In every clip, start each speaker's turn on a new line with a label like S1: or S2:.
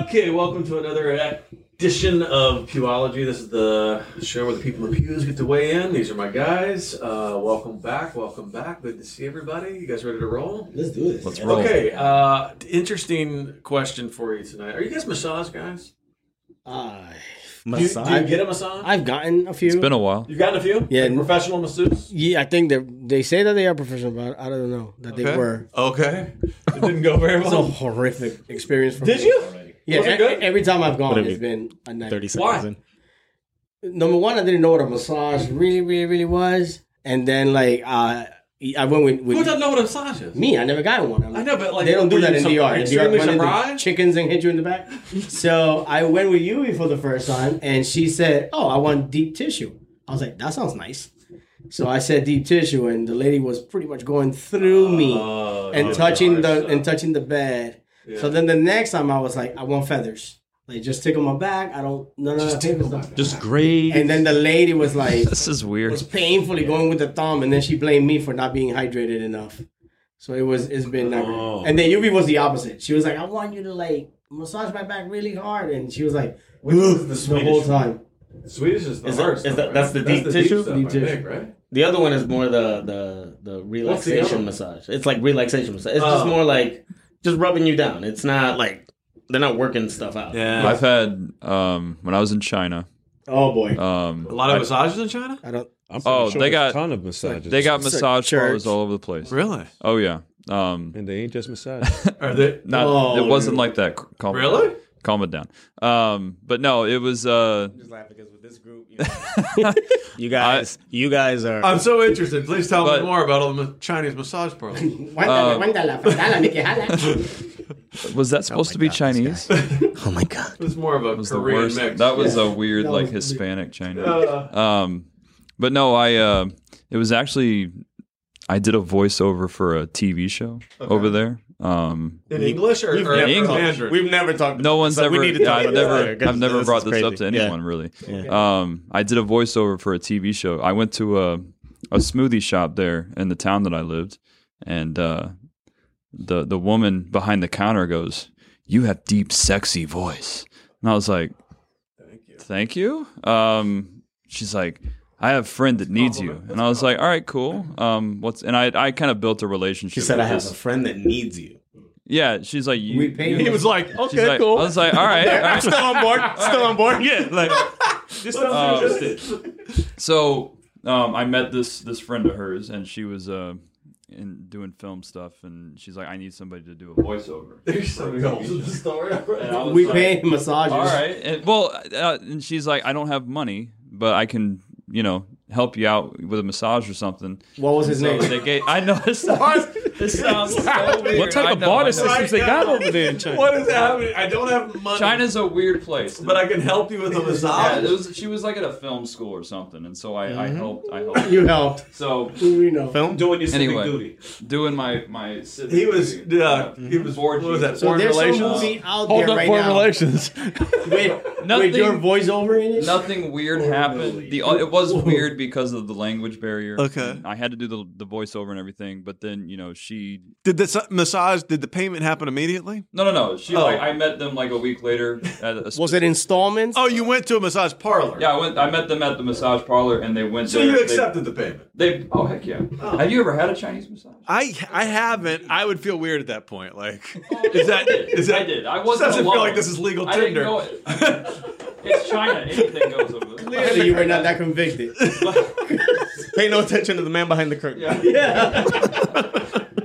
S1: Okay, welcome to another edition of Pewology. This is the show where the people of Pews get to weigh in. These are my guys. Uh, welcome back, welcome back. Good to see everybody. You guys ready to roll?
S2: Let's do this.
S3: Let's roll.
S1: Okay, uh, interesting question for you tonight. Are you guys massage guys?
S2: Uh,
S1: Do you, do you
S2: Massage.
S1: get a massage?
S2: I've gotten a few.
S3: It's been a while.
S1: You've gotten a few?
S2: Yeah.
S1: Like professional masseuse?
S2: yeah, I think they they say that they are professional, but I don't know that they were.
S1: Okay. It didn't go very
S2: It's a
S1: well.
S2: horrific experience for
S1: Did
S2: me.
S1: you?
S2: Yeah,
S1: Was it
S2: e-
S1: good?
S2: every time I've gone,
S3: Whatever.
S2: it's been a nightmare.
S3: Thirty
S1: Why?
S3: seconds. in.
S2: Number one, I didn't know what a massage really, really, really was, and then like uh, I went with,
S1: Who
S2: with
S1: doesn't know what a massage is?
S2: me. I never got one. I'm
S1: I know, but like
S2: they don't do
S1: were
S2: that
S1: you
S2: in
S1: some-
S2: DR. In E DR,
S1: Extremely
S2: run into
S1: surprised.
S2: chickens and hit you in the back. so I went with Yui for the first time, and she said, "Oh, I want deep tissue." I was like, "That sounds nice." So I said deep tissue, and the lady was pretty much going through me
S1: Oh,
S2: and
S1: yeah,
S2: touching the
S1: so-
S2: and touching the bed. So then the next time I was like, "I want feathers." Like just tickle my back. I don't no no. no, tickle my back.
S3: Just great.
S2: And then the lady was like,
S3: this is weird.
S2: was painfully going with the thumb, and then she blamed me for not being hydrated enough. So it was it's been never.
S1: Oh.
S2: And then Yubi was the opposite. She was like, "I want you to like massage my back really hard," and she was like,
S1: Which is
S2: "Ugh,"
S1: the
S2: the,
S1: Swedish
S2: whole
S1: one?
S2: time.
S1: Swedish is the
S4: Is that-
S1: hard
S4: is
S1: stuff,
S4: that-
S1: right?
S4: that's the deep
S1: deep
S4: tissue?
S1: stuff,
S2: Deep
S1: I
S2: tissue.
S1: think, right?
S4: The other one is more the the the relaxation
S1: one?
S4: massage. It's like relaxation massage. It's
S1: Oh.
S4: just more like just rubbing you down. It's not like they're not working stuff out.
S1: Yeah.
S3: I've had um, when I was in China.
S2: Oh boy,
S3: Um,
S1: A lot of massages in China?
S2: I don't.
S5: I'm pretty
S3: Oh, they
S5: there's
S3: got-
S5: a ton of massages.
S3: they got
S2: It's a
S3: massage parlors
S2: church.
S3: all over the place.
S1: Really?
S3: Oh yeah. Um,
S5: and they ain't just massages.
S1: Are they
S3: not
S2: Oh,
S3: it wasn't like that. C- Calm it down.
S1: really?
S3: Calm it down. Um, but no, it was. Uh,
S4: Just laugh because with this group,
S6: You guys, you guys are.
S1: I'm so interested. Please tell
S3: But-
S1: me more about all the ma- Chinese massage parlors.
S2: Wandala, wandala, fandala, Mickey, hala.
S3: was that supposed to be Chinese? It
S6: oh my god!
S1: It's more of a
S3: was the
S1: Korean
S3: worst.
S1: mix.
S3: That was
S2: Yeah.
S3: a weird,
S2: That
S3: like
S2: was weird.
S3: Hispanic China.
S1: Uh,
S3: Um, but no, I uh, it was actually I did a voiceover for a TV show over there. Um,
S1: in English or, or
S3: never-
S1: in
S3: English.
S1: Mandarin?
S6: We've never talked.
S3: no one's
S6: so
S3: ever.
S6: We need to
S3: yeah,
S6: talk
S3: I've
S6: about
S3: never.
S6: it, 'cause
S3: I've never
S6: this
S3: brought
S6: is
S3: this up
S6: crazy.
S3: to
S6: Yeah.
S3: anyone really.
S6: Yeah.
S3: Um, I did a voiceover for a TV show. I went to a a smoothie shop there in the town that I lived, and uh, the the woman behind the counter goes, "You have deep, sexy voice," and I was like, "Thank you." Thank you. Um, she's like. I have a friend that needs you, and I was like, "All right, cool." Um, what's and I, I kind of built a relationship.
S4: she said,
S3: with
S4: "I have
S3: this-
S4: a friend that needs you."
S3: Yeah, she's like, you,
S2: We paid
S3: you-
S2: him.
S1: He was like,
S3: She's like, I was like, all right, all right.
S6: Still on board. Still on board. Yeah. Like
S4: Just
S3: Um, so um, I met this this friend of hers, and she was uh, in doing film stuff, and she's like, I need somebody to do a voiceover.
S1: There's something else in the story.
S3: And I was
S2: we
S3: like,
S2: pay massages.
S3: All right, and, well, uh, and she's like, I don't have money, but I can, you know, help you out with a massage or something.
S2: What was his
S3: So
S2: name?
S3: they gave. I know this sounds, this sounds so weird.
S5: what type
S3: I
S5: of
S3: know, I
S5: barter
S3: know.
S5: systems they got over there in China?
S1: What is happening? I don't have money,
S3: China's a weird place,
S1: but I can help you with a
S3: Yeah,
S1: massage.
S3: it was, she was like at a film school or something, and so I, I helped. I helped.
S2: You helped.
S3: So
S2: We know.
S6: film.
S4: doing your civic
S3: Anyway.
S4: duty.
S3: doing my my uh, civic
S1: He was,
S3: duty.
S1: yeah, he was. What was that?
S2: So
S1: foreign
S2: there's some
S1: relations.
S2: movie out
S5: Hold
S2: there
S5: up
S2: right
S5: foreign
S2: now
S5: relations.
S2: with,
S3: Nothing-
S2: with your voiceover in it.
S3: Nothing weird happened. The uh, it was weird because of the language barrier.
S7: Okay.
S3: And I had to do the the voiceover and everything, but then you know she
S7: Did the massage? Did the payment happen immediately?
S3: no no no she
S1: Oh.
S3: like I met them like a week later at a
S2: Was it installments?
S7: Oh, you went to a massage parlor.
S3: yeah I went I met them at the massage parlor and they went
S1: So
S3: there.
S1: you
S3: They-
S1: accepted the payment.
S3: they, oh heck yeah have you ever had a Chinese massage
S7: I I haven't. I would feel weird at that point. Like,
S3: is
S7: that- is that-
S3: I did I
S7: this
S3: wasn't
S7: doesn't
S3: alone.
S7: feel like this is legal
S3: I didn't
S7: Tinder.
S3: know it it's China anything goes over there.
S2: Clearly, you were not that convicted.
S6: Pay no attention to the man behind the curtain.
S3: Yeah.
S2: yeah.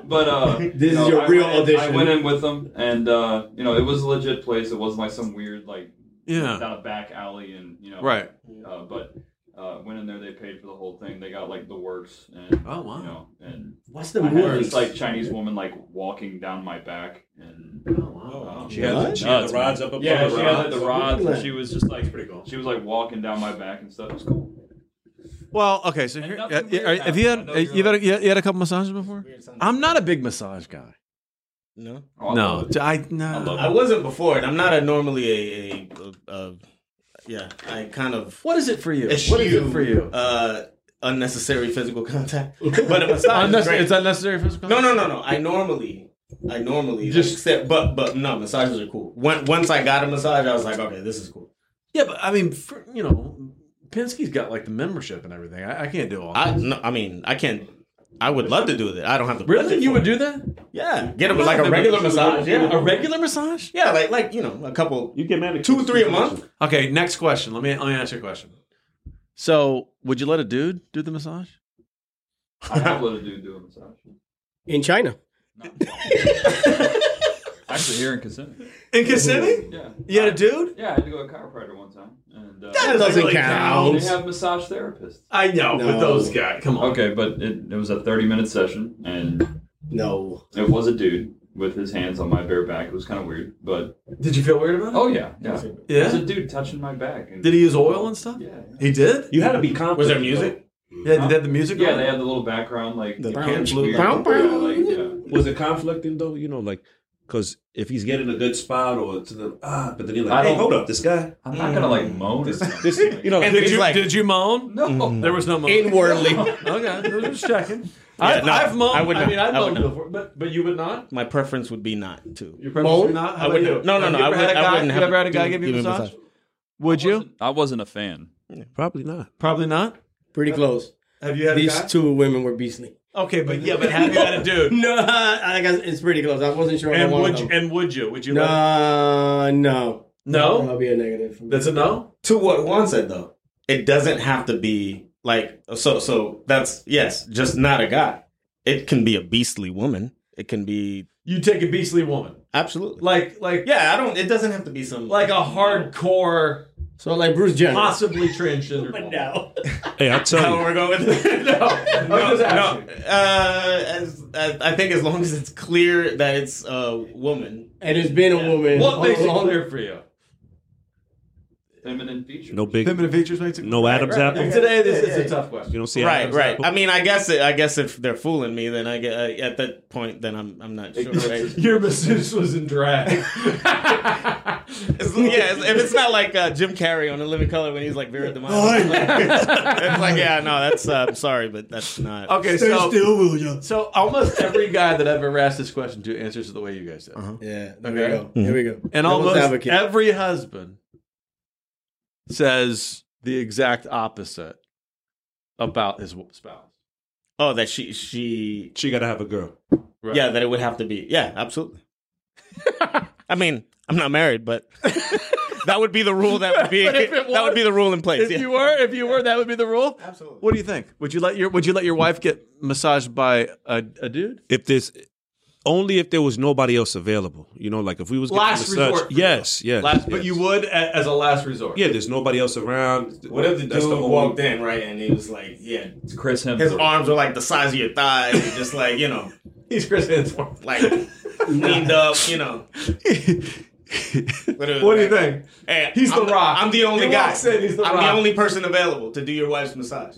S3: But uh,
S2: This
S3: you
S2: is
S3: know,
S2: your
S3: I
S2: real
S3: went in-
S2: audition.
S3: I went in with them, and uh, you know, it was a legit place. It wasn't like some weird like
S7: yeah,
S3: down a back alley, and you know,
S7: right.
S3: Uh, but uh, went in there, they paid for the whole thing. They got like the works, and
S7: Oh, wow.
S3: you know, and
S2: What's the
S3: I had
S2: movie?
S3: this like Chinese woman like walking down my back, and um,
S2: had the-
S3: she had the rods
S4: up
S3: yeah, she had like, the
S2: Rods.
S3: rods, and
S2: Really?
S3: she was just like
S1: Pretty cool.
S3: she was like walking down my back and stuff. It was cool.
S7: Well, okay. So
S3: And
S7: here,
S3: nothing
S7: uh,
S3: weird
S7: are- have you had
S3: happened. I know
S7: you
S3: you're
S7: had, a, you had a couple massages before? I'm not a big massage guy.
S6: No.
S3: Oh, I
S7: No,
S3: loved it.
S7: I
S3: I
S7: no.
S3: loved
S6: I
S3: it.
S6: wasn't before, and I'm not a normally a, a, a, a yeah. I kind of
S7: What is it for you?
S6: Eschew,
S7: What is it for you?
S6: uh, unnecessary physical contact, but a massage. is
S7: Unnecess-
S6: great.
S7: it's unnecessary physical.
S6: no, no, no, no. I normally
S4: I normally
S7: Just-
S4: just accept, but but no, massages are cool. When, once I got a massage, I was like, okay, this is cool.
S7: Yeah, but I mean, for, you know, Penske's got like the membership and everything. I, I can't do all.
S4: I no, I mean, I can't. I would love to do it. I don't have to.
S7: really, you would do that?
S4: Yeah, get a, like a regular massage. Yeah,
S7: a regular massage.
S4: yeah, like like you know, a couple,
S5: You get mad at
S4: two, three a month.
S7: Okay, next question. Let me let me ask you a question.
S8: So, would you let a dude do the massage?
S3: I have let a dude do a massage.
S2: in China.
S3: Actually, here in Kissimmee.
S7: In Kissimmee,
S3: Yeah.
S7: you had a dude.
S3: Yeah, I had to go to a chiropractor one time. And, uh,
S2: That doesn't
S7: really
S2: count.
S3: They have massage therapists.
S7: I know, but
S2: No.
S7: those guys. Come on.
S3: Okay, but it, it was a 30 minute session, and
S2: No.
S3: it was a dude with his hands on my bare back. It was kind of weird, but
S7: Did you feel weird about it?
S3: oh, yeah. Yeah. It was
S7: yeah.
S3: a dude touching my back. And,
S7: Did he use oil and stuff?
S3: Yeah.
S7: He did.
S5: You had to be confident.
S4: Was there music?
S7: Yeah. Did they have the music?
S3: Yeah,
S7: on?
S3: they had the little background, like the
S2: brown
S3: flute. Yeah,
S2: Brown, brown.
S3: like, yeah.
S5: Was it conflicting though? You know, like because if he's getting a good spot or to the ah, but then you're
S3: I
S5: like, hey,
S3: don't-
S5: hold up, this guy.
S3: I'm not gonna like moan or something.
S5: This,
S3: like,
S5: you know,
S7: And did Mm. you did you moan?
S3: no.
S7: There was no moan.
S2: Inwardly.
S7: okay, we're just checking. I've,
S9: no,
S7: I've moaned. I,
S9: I would
S7: mean,
S9: not.
S7: I've
S9: I would
S7: moaned
S9: not.
S7: before, but but you would not.
S9: My preference would be not to.
S7: Your preference
S2: Moan?
S7: would not. How
S9: I
S7: about
S9: would
S7: you?
S9: not. No, no,
S7: Have
S9: no,
S7: You
S9: I
S7: ever had
S9: would-
S7: a
S9: I
S7: guy,
S9: wouldn't
S7: you
S9: have-
S7: ever had a guy
S9: give
S7: give
S9: me-
S7: you a
S9: give me a
S7: massage? Would you?
S10: I wasn't a fan.
S5: probably not.
S7: Probably not.
S2: Pretty close.
S7: Have you had a
S2: These
S7: guy?
S2: two women were beastly.
S7: Okay, but yeah, but have you had a dude?
S2: No, I guess it's pretty close. I wasn't sure.
S7: And
S2: I
S7: would you, and would you? Would you? let-
S2: no, no,
S7: No.
S2: That'll be a negative. for me.
S7: That's a no.
S4: To what Juan said though, it doesn't have to be like so. So that's yes, just not a guy.
S9: It can be a beastly woman. It can be
S7: You take a beastly woman,
S9: absolutely.
S7: like like
S4: Yeah, I don't. It doesn't have to be some
S7: like a hardcore,
S2: so like Bruce Jenner.
S7: possibly transgender. woman.
S2: No.
S5: Hey, I'll tell you.
S4: we're going with it.
S7: no, I'm just asking.
S4: Uh, as, as, I think as long as it's clear that it's a woman.
S2: And it's been a woman.
S7: What makes it
S2: all along.
S7: clear for you?
S3: Feminine features.
S5: No big,
S7: features makes
S5: no Adam's apple.
S7: Today, this is a tough
S5: You
S7: question.
S5: don't see
S4: right,
S5: Adam's
S4: right.
S5: apple?
S4: I mean, I guess it, I guess if they're fooling me, then I get I, at that point, then I'm I'm not sure. Right?
S7: Your masseuse was in drag.
S4: It's- yeah, it's, if it's not like uh, Jim Carrey on *The Living Color* when he's like Vera Damato, it's like, it's like, yeah, no, that's uh, I'm sorry, but that's not.
S7: Okay, so so almost every guy that I've ever asked this question to answers it the way you guys did,
S2: Yeah. There we go. Here we go.
S7: Mm-hmm. and
S2: Devil's
S7: almost
S2: advocate.
S7: every husband says the exact opposite about his w- spouse.
S9: Oh, that she she
S5: she got to have a girl.
S7: Right.
S9: yeah that it would have to be yeah absolutely. I mean, I'm not married, but that would be the rule. That would be
S7: But if it
S9: that would be the rule in place.
S7: If
S9: Yeah.
S7: you were, if you were, that would be the rule. Absolutely. What do you think? Would you let your Would you let your wife get massaged by a, a dude?
S5: If there's only if there was nobody else available, you know, like if we was getting
S7: Last
S5: a massage-
S7: resort.
S5: Yes, yes,
S7: Last, but
S5: yes.
S7: you would a- as a last resort.
S5: Yeah, there's nobody else around.
S4: What if the
S5: That's
S4: dude
S5: only-
S4: walked in right and he was like, yeah,
S3: It's Chris
S4: his
S3: Hemsworth.
S4: arms were like the size of your thighs, and just like you know,
S7: he's Chris Hemsworth.
S4: like leaned up, you know.
S7: What do you think?
S4: Hey,
S7: He's
S4: I'm
S7: The Rock.
S4: I'm the only
S7: He
S4: guy.
S7: walks in, he's The
S4: I'm
S7: Rock.
S4: the only person available to do your wife's massage.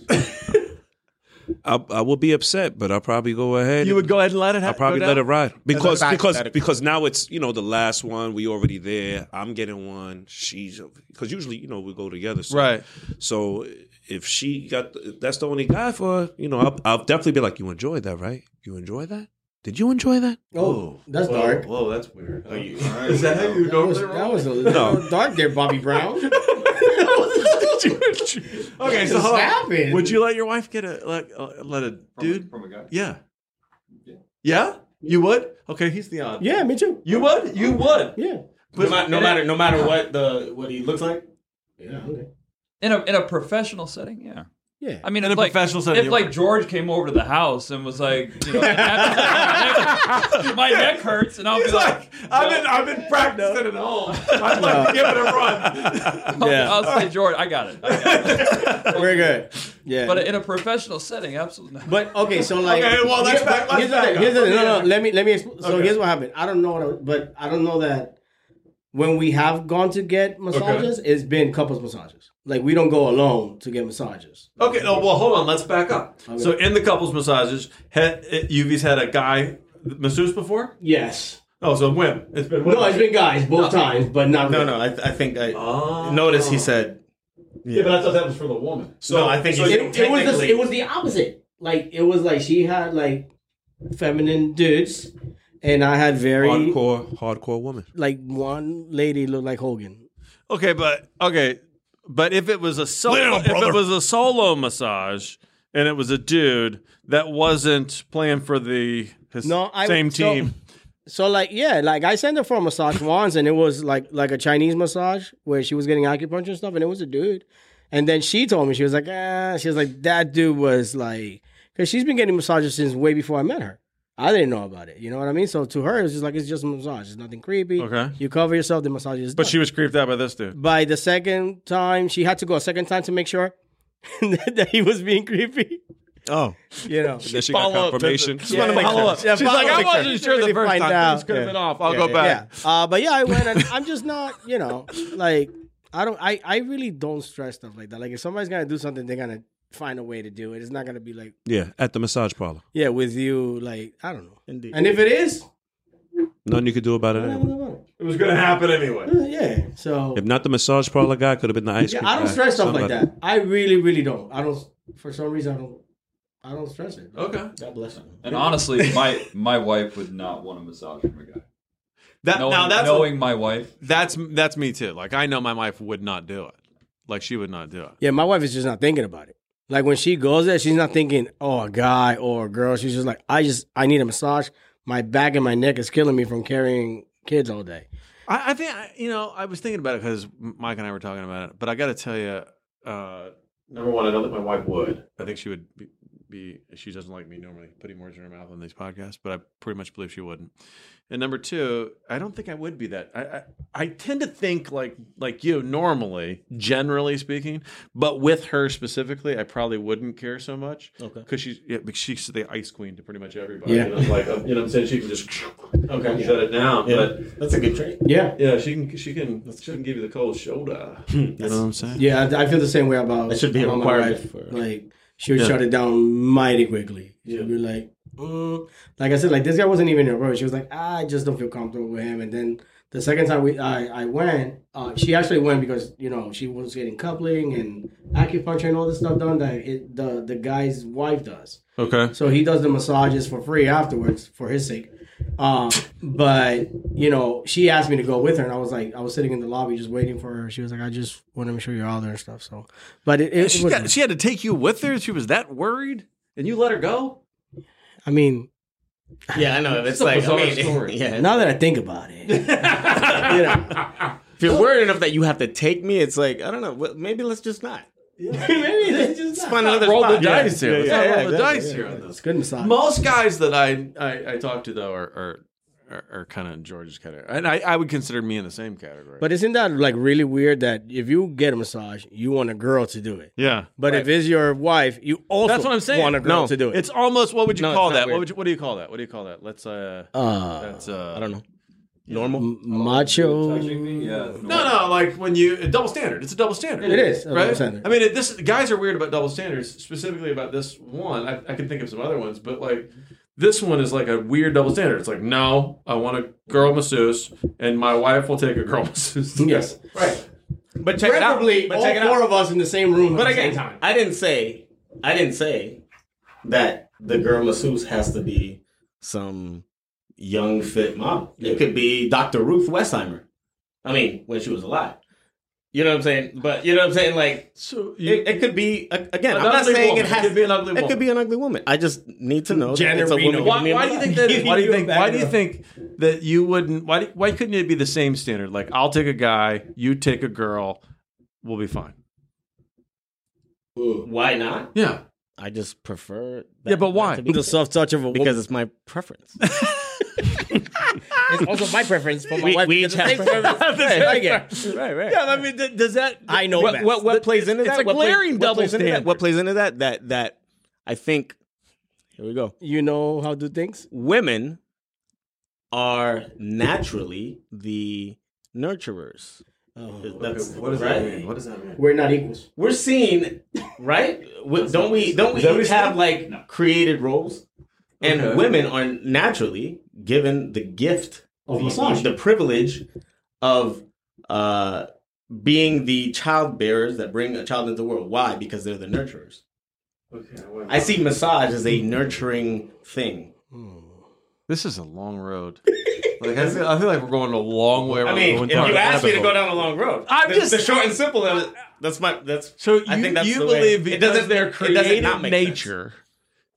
S5: I, I would be upset, but I'll probably go ahead.
S7: You would go ahead and let it. Ha-
S5: I'll probably
S7: go
S5: let it
S7: down?
S5: ride because
S9: That's
S5: because
S9: hypothetical.
S5: because now it's you know the last one we already there. I'm getting one. She's because usually you know we go together. So,
S7: Right.
S5: So if she got if that's the only guy for her, you know I'll, I'll definitely be like you enjoyed that right? You enjoy that? Did you enjoy that?
S2: Oh, that's dark. Oh,
S7: Whoa, that's weird.
S4: Are you-
S7: Is that how you
S2: That was,
S7: normally roll?
S2: that was a little dark there, Bobby Brown.
S7: Okay, so
S2: Just
S7: hold on.
S2: happened.
S7: Would you let your wife get a let, uh, let a dude?
S3: From a guy.
S7: yeah. Yeah, you would. Okay, he's the odd.
S2: Yeah, me too.
S7: You would. You would.
S2: Yeah.
S4: no, ma- no matter no matter what the what he looks like.
S2: Yeah. Okay.
S3: In a in a professional setting, yeah.
S2: Yeah.
S3: I mean,
S7: In
S3: if,
S7: a
S3: like,
S7: professional setting,
S3: if
S7: you
S3: like
S7: would.
S3: George came over to the house and was like, you know, my neck, my neck hurts, and I'll
S7: He's
S3: be like,
S7: like, I've been I've been practicing at home. I'd like to give it a run.
S3: I'll, "Oh, I'll say, George, I got it. I got it.
S2: We're good. Yeah.
S3: But in a professional setting, absolutely. Not.
S2: But okay, so like,
S7: Okay, well, let's
S2: here-
S7: back- let's
S2: here's the
S7: back
S2: thing,
S7: up.
S2: here's the thing. No,
S7: Yeah.
S2: no. Let me let me. Exp- so
S7: Okay.
S2: here's what happened. I don't know, what I- but I don't know that when we have gone to get massages, it's been couples massages. Like we don't go alone to get massages.
S7: Okay, no, well, hold on. Let's back up. So, in the couples massages, had, UV's had a guy masseuse before.
S2: Yes.
S7: Oh, so when it's been
S2: No, it's been guys both times, but not
S4: No, no, I, I think I
S7: Oh.
S4: notice he said.
S7: Yeah, but I thought that was for the woman.
S4: So no, I think he
S2: It, it was the,
S4: technically-
S2: it was the opposite. Like it was like she had like feminine dudes, and I had very
S5: Hardcore, hardcore woman.
S2: like one lady looked like Hogan.
S11: Okay, but okay, but if it was a solo,
S5: Little
S11: if it
S5: brother.
S11: was a solo massage and it was a dude that wasn't playing for the his
S2: No, I-
S11: same
S2: so-
S11: team,
S2: So like yeah, like I sent her for a massage once, and it was like like a Chinese massage where she was getting acupuncture and stuff, and it was a dude. And then she told me she was like, ah, she was like that dude was like, because she's been getting massages since way before I met her. I didn't know about it, you know what I mean? So to her, it was just like it's just a massage. It's nothing creepy.
S11: Okay.
S2: you cover yourself. The massage is.
S11: but
S2: done.
S11: she was creeped out by this dude.
S2: by the second time she had to go a second time to make sure that he was being creepy.
S5: Oh.
S2: You know,
S5: Then she got confirmation.
S11: Follow up.
S2: Yeah,
S11: She's
S2: follow
S11: like,
S2: up.
S11: I wasn't sure the
S2: Really
S11: first
S2: find
S11: time.
S2: out.
S11: This could have
S2: Yeah.
S11: been off. I'll go back.
S2: Yeah. Uh, but yeah, I went and I'm just not, you know, like I don't I, I really don't stress stuff like that. Like if somebody's gonna do something, they're gonna find a way to do it. It's not gonna be like,
S5: Yeah, at the massage parlor.
S2: yeah, with you, like, I don't know.
S4: Indeed.
S2: And if it is,
S5: Nothing you could do about it.
S2: I don't
S5: Anyway.
S2: know about
S12: It was gonna happen anyway.
S2: it. Uh, yeah. So
S5: If not the massage parlor guy, could have been the ice
S2: yeah,
S5: cream.
S2: I don't
S5: guy,
S2: stress stuff like
S5: somebody.
S2: that. I really, really don't. I don't for some reason I don't I don't stress it.
S12: Okay.
S2: God bless you.
S3: And honestly, my my wife would not want a massage from a guy.
S7: That,
S3: Knowing,
S7: now that's
S3: knowing my wife,
S7: that's that's me too. Like I know my wife would not do it. Like she would not do it.
S2: Yeah, my wife is just not thinking about it. Like when she goes there, she's not thinking, oh, a guy or a girl. She's just like, I just, I need a massage. My back and my neck is killing me from carrying kids all day.
S7: I, I think I- you know. I was thinking about it because Mike and I were talking about it. But I got to tell you, uh,
S12: Number one, I don't think my wife would.
S7: I think she would be, be. She doesn't like me normally putting words in her mouth on these podcasts, but I pretty much believe she wouldn't. And number two, I don't think I would be that. I I, I tend to think like like you normally, generally speaking, but with her specifically, I probably wouldn't care so much.
S4: Okay.
S7: because she's yeah, because she's the ice queen to pretty much everybody.
S2: Yeah.
S12: You know, like um, you know what I'm saying? She can just okay shut it down.
S4: That's a good trait.
S2: Yeah.
S12: But yeah, she can she can she can give you the cold shoulder.
S7: You know what I'm saying?
S2: Yeah. I, I feel the same way about
S4: That should be a
S2: about my
S4: requirement
S2: wife.
S4: for-
S2: Like, she would shut it down mighty quickly. She'd
S12: Yeah.
S2: be like, mm. like I said, like this guy wasn't even in a row. She was like, "Ah, I just don't feel comfortable with him. And then the second time we, I, I went, uh, she actually went because, you know, she was getting coupling and acupuncture and all this stuff done that it, the, the guy's wife does.
S7: Okay.
S2: So he does the massages for free afterwards for his sake. Um, but you know, she asked me to go with her, and I was like, I was sitting in the lobby just waiting for her. She was like, I just want to make sure you're out there and stuff. So, but it, it,
S7: She
S2: was,
S7: got, she had to take you with her. She was that worried, and you let her go.
S2: I mean,
S4: Yeah, I know. It's,
S7: a
S4: like,
S7: bizarre
S4: I mean,
S7: story.
S4: yeah.
S2: now that I think about it, you know,
S4: If you're worried enough that you have to take me, it's like, I don't know. well, Maybe let's just not.
S2: maybe that's just
S4: Find another
S7: Roll the
S4: spot. Yeah.
S7: dice here. Let's
S4: yeah,
S7: not
S4: yeah,
S7: roll the
S4: exactly,
S7: dice here on this.
S2: it's good massage.
S7: Most guys that I I, I talk to though are are, are, are kind of George's category, and I, I would consider me in the same category.
S2: But isn't that like really weird that if you get a massage, you want a girl to do it,
S7: yeah,
S2: but if it's your wife, you also
S7: that's what I'm saying.
S2: want a girl
S7: No,
S2: to do it.
S7: It's almost what would you
S4: No, it's
S7: call
S4: not
S7: that?
S4: weird.
S7: What would you, what do you call that? What do you call that? Let's uh,
S2: uh,
S7: that's uh,
S4: I don't know. Normal?
S2: m- macho.
S3: touching me, yeah.
S7: No, no, like when you a double standard. It's a double standard.
S2: It is a double
S7: right.
S2: standard.
S7: I mean, it, this guys are weird about double standards, specifically about this one. I, I can think of some other ones, but like this one is like a weird double standard. It's like, no, I want a girl masseuse, and my wife will take a girl masseuse.
S2: Yes.
S7: right.
S4: But check it out.
S2: Preferably
S4: But
S2: all
S4: check it
S2: four
S4: out.
S2: of us in the same room
S4: But
S2: at the same
S4: again,
S2: time.
S4: I didn't say, I didn't say that the girl masseuse has to be some young fit model. It could be Dr. Ruth Westheimer. I mean, when she was alive. You know what I'm saying? But you know what I'm saying? Like,
S7: So you,
S4: it, it could be a- again.
S7: An
S4: I'm not
S7: ugly
S4: saying
S7: woman.
S4: it has
S7: It could be an ugly
S4: It
S7: woman.
S4: could be an ugly woman. I just need to know.
S2: Janet
S4: that it's a
S2: Reno.
S4: woman.
S7: why,
S4: Give me a
S7: why do you think that?
S2: Give
S7: Why do you
S2: you a
S7: think? Why do you
S2: background.
S7: think that you wouldn't? Why? do- Why couldn't it be the same standard? Like, I'll take a guy, you take a girl, we'll be fine.
S4: Why not?
S7: Yeah.
S4: I just prefer.
S7: Yeah, but
S4: not
S7: why?
S4: to be-
S2: The soft touch of a woman.
S4: Because it's my preference.
S2: It's also my preference, but my
S4: We-
S2: wife
S4: we
S2: gets
S4: each have
S2: the same
S4: preference.
S2: preference.
S4: Right,
S2: I get it.
S4: right, right.
S7: I mean, th- does that?
S2: I know
S4: what,
S2: best.
S4: what what plays into
S7: It's
S4: that?
S7: a
S4: what play-
S7: glaring
S4: what
S7: double
S4: plays into that?
S7: standard.
S4: What plays into that? That that I think. Here we go.
S2: you know how to do things?
S4: Women are naturally the nurturers. That's
S12: Okay, what does
S4: right.
S12: that mean? What does that mean?
S2: We're not equals.
S4: We're seen, right? We- don't we? Don't we
S12: Is that what
S4: each
S12: you're
S4: have
S12: saying?
S4: like created roles? And
S12: Okay.
S4: women are naturally given the gift,
S2: Of
S4: the,
S2: massage.
S4: the privilege of uh, being the child bearers that bring a child into the world. Why? Because they're the nurturers.
S12: Okay, wait.
S4: I see massage as a nurturing thing.
S7: This is a long road. Like I feel, I feel like we're going a long way.
S4: I
S7: around
S4: mean,
S7: going
S4: if you
S7: down a
S4: ask me to
S7: rabbit
S4: go
S7: hole.
S4: down a long road,
S7: I'm
S4: the,
S7: just-
S4: the short and simple. of it- That's my that's.
S7: so you,
S4: I think that's
S7: you
S4: the way-
S7: believe
S4: it
S7: because
S4: doesn't-
S7: their
S4: it doesn't not
S7: creative
S4: make sense.
S7: nature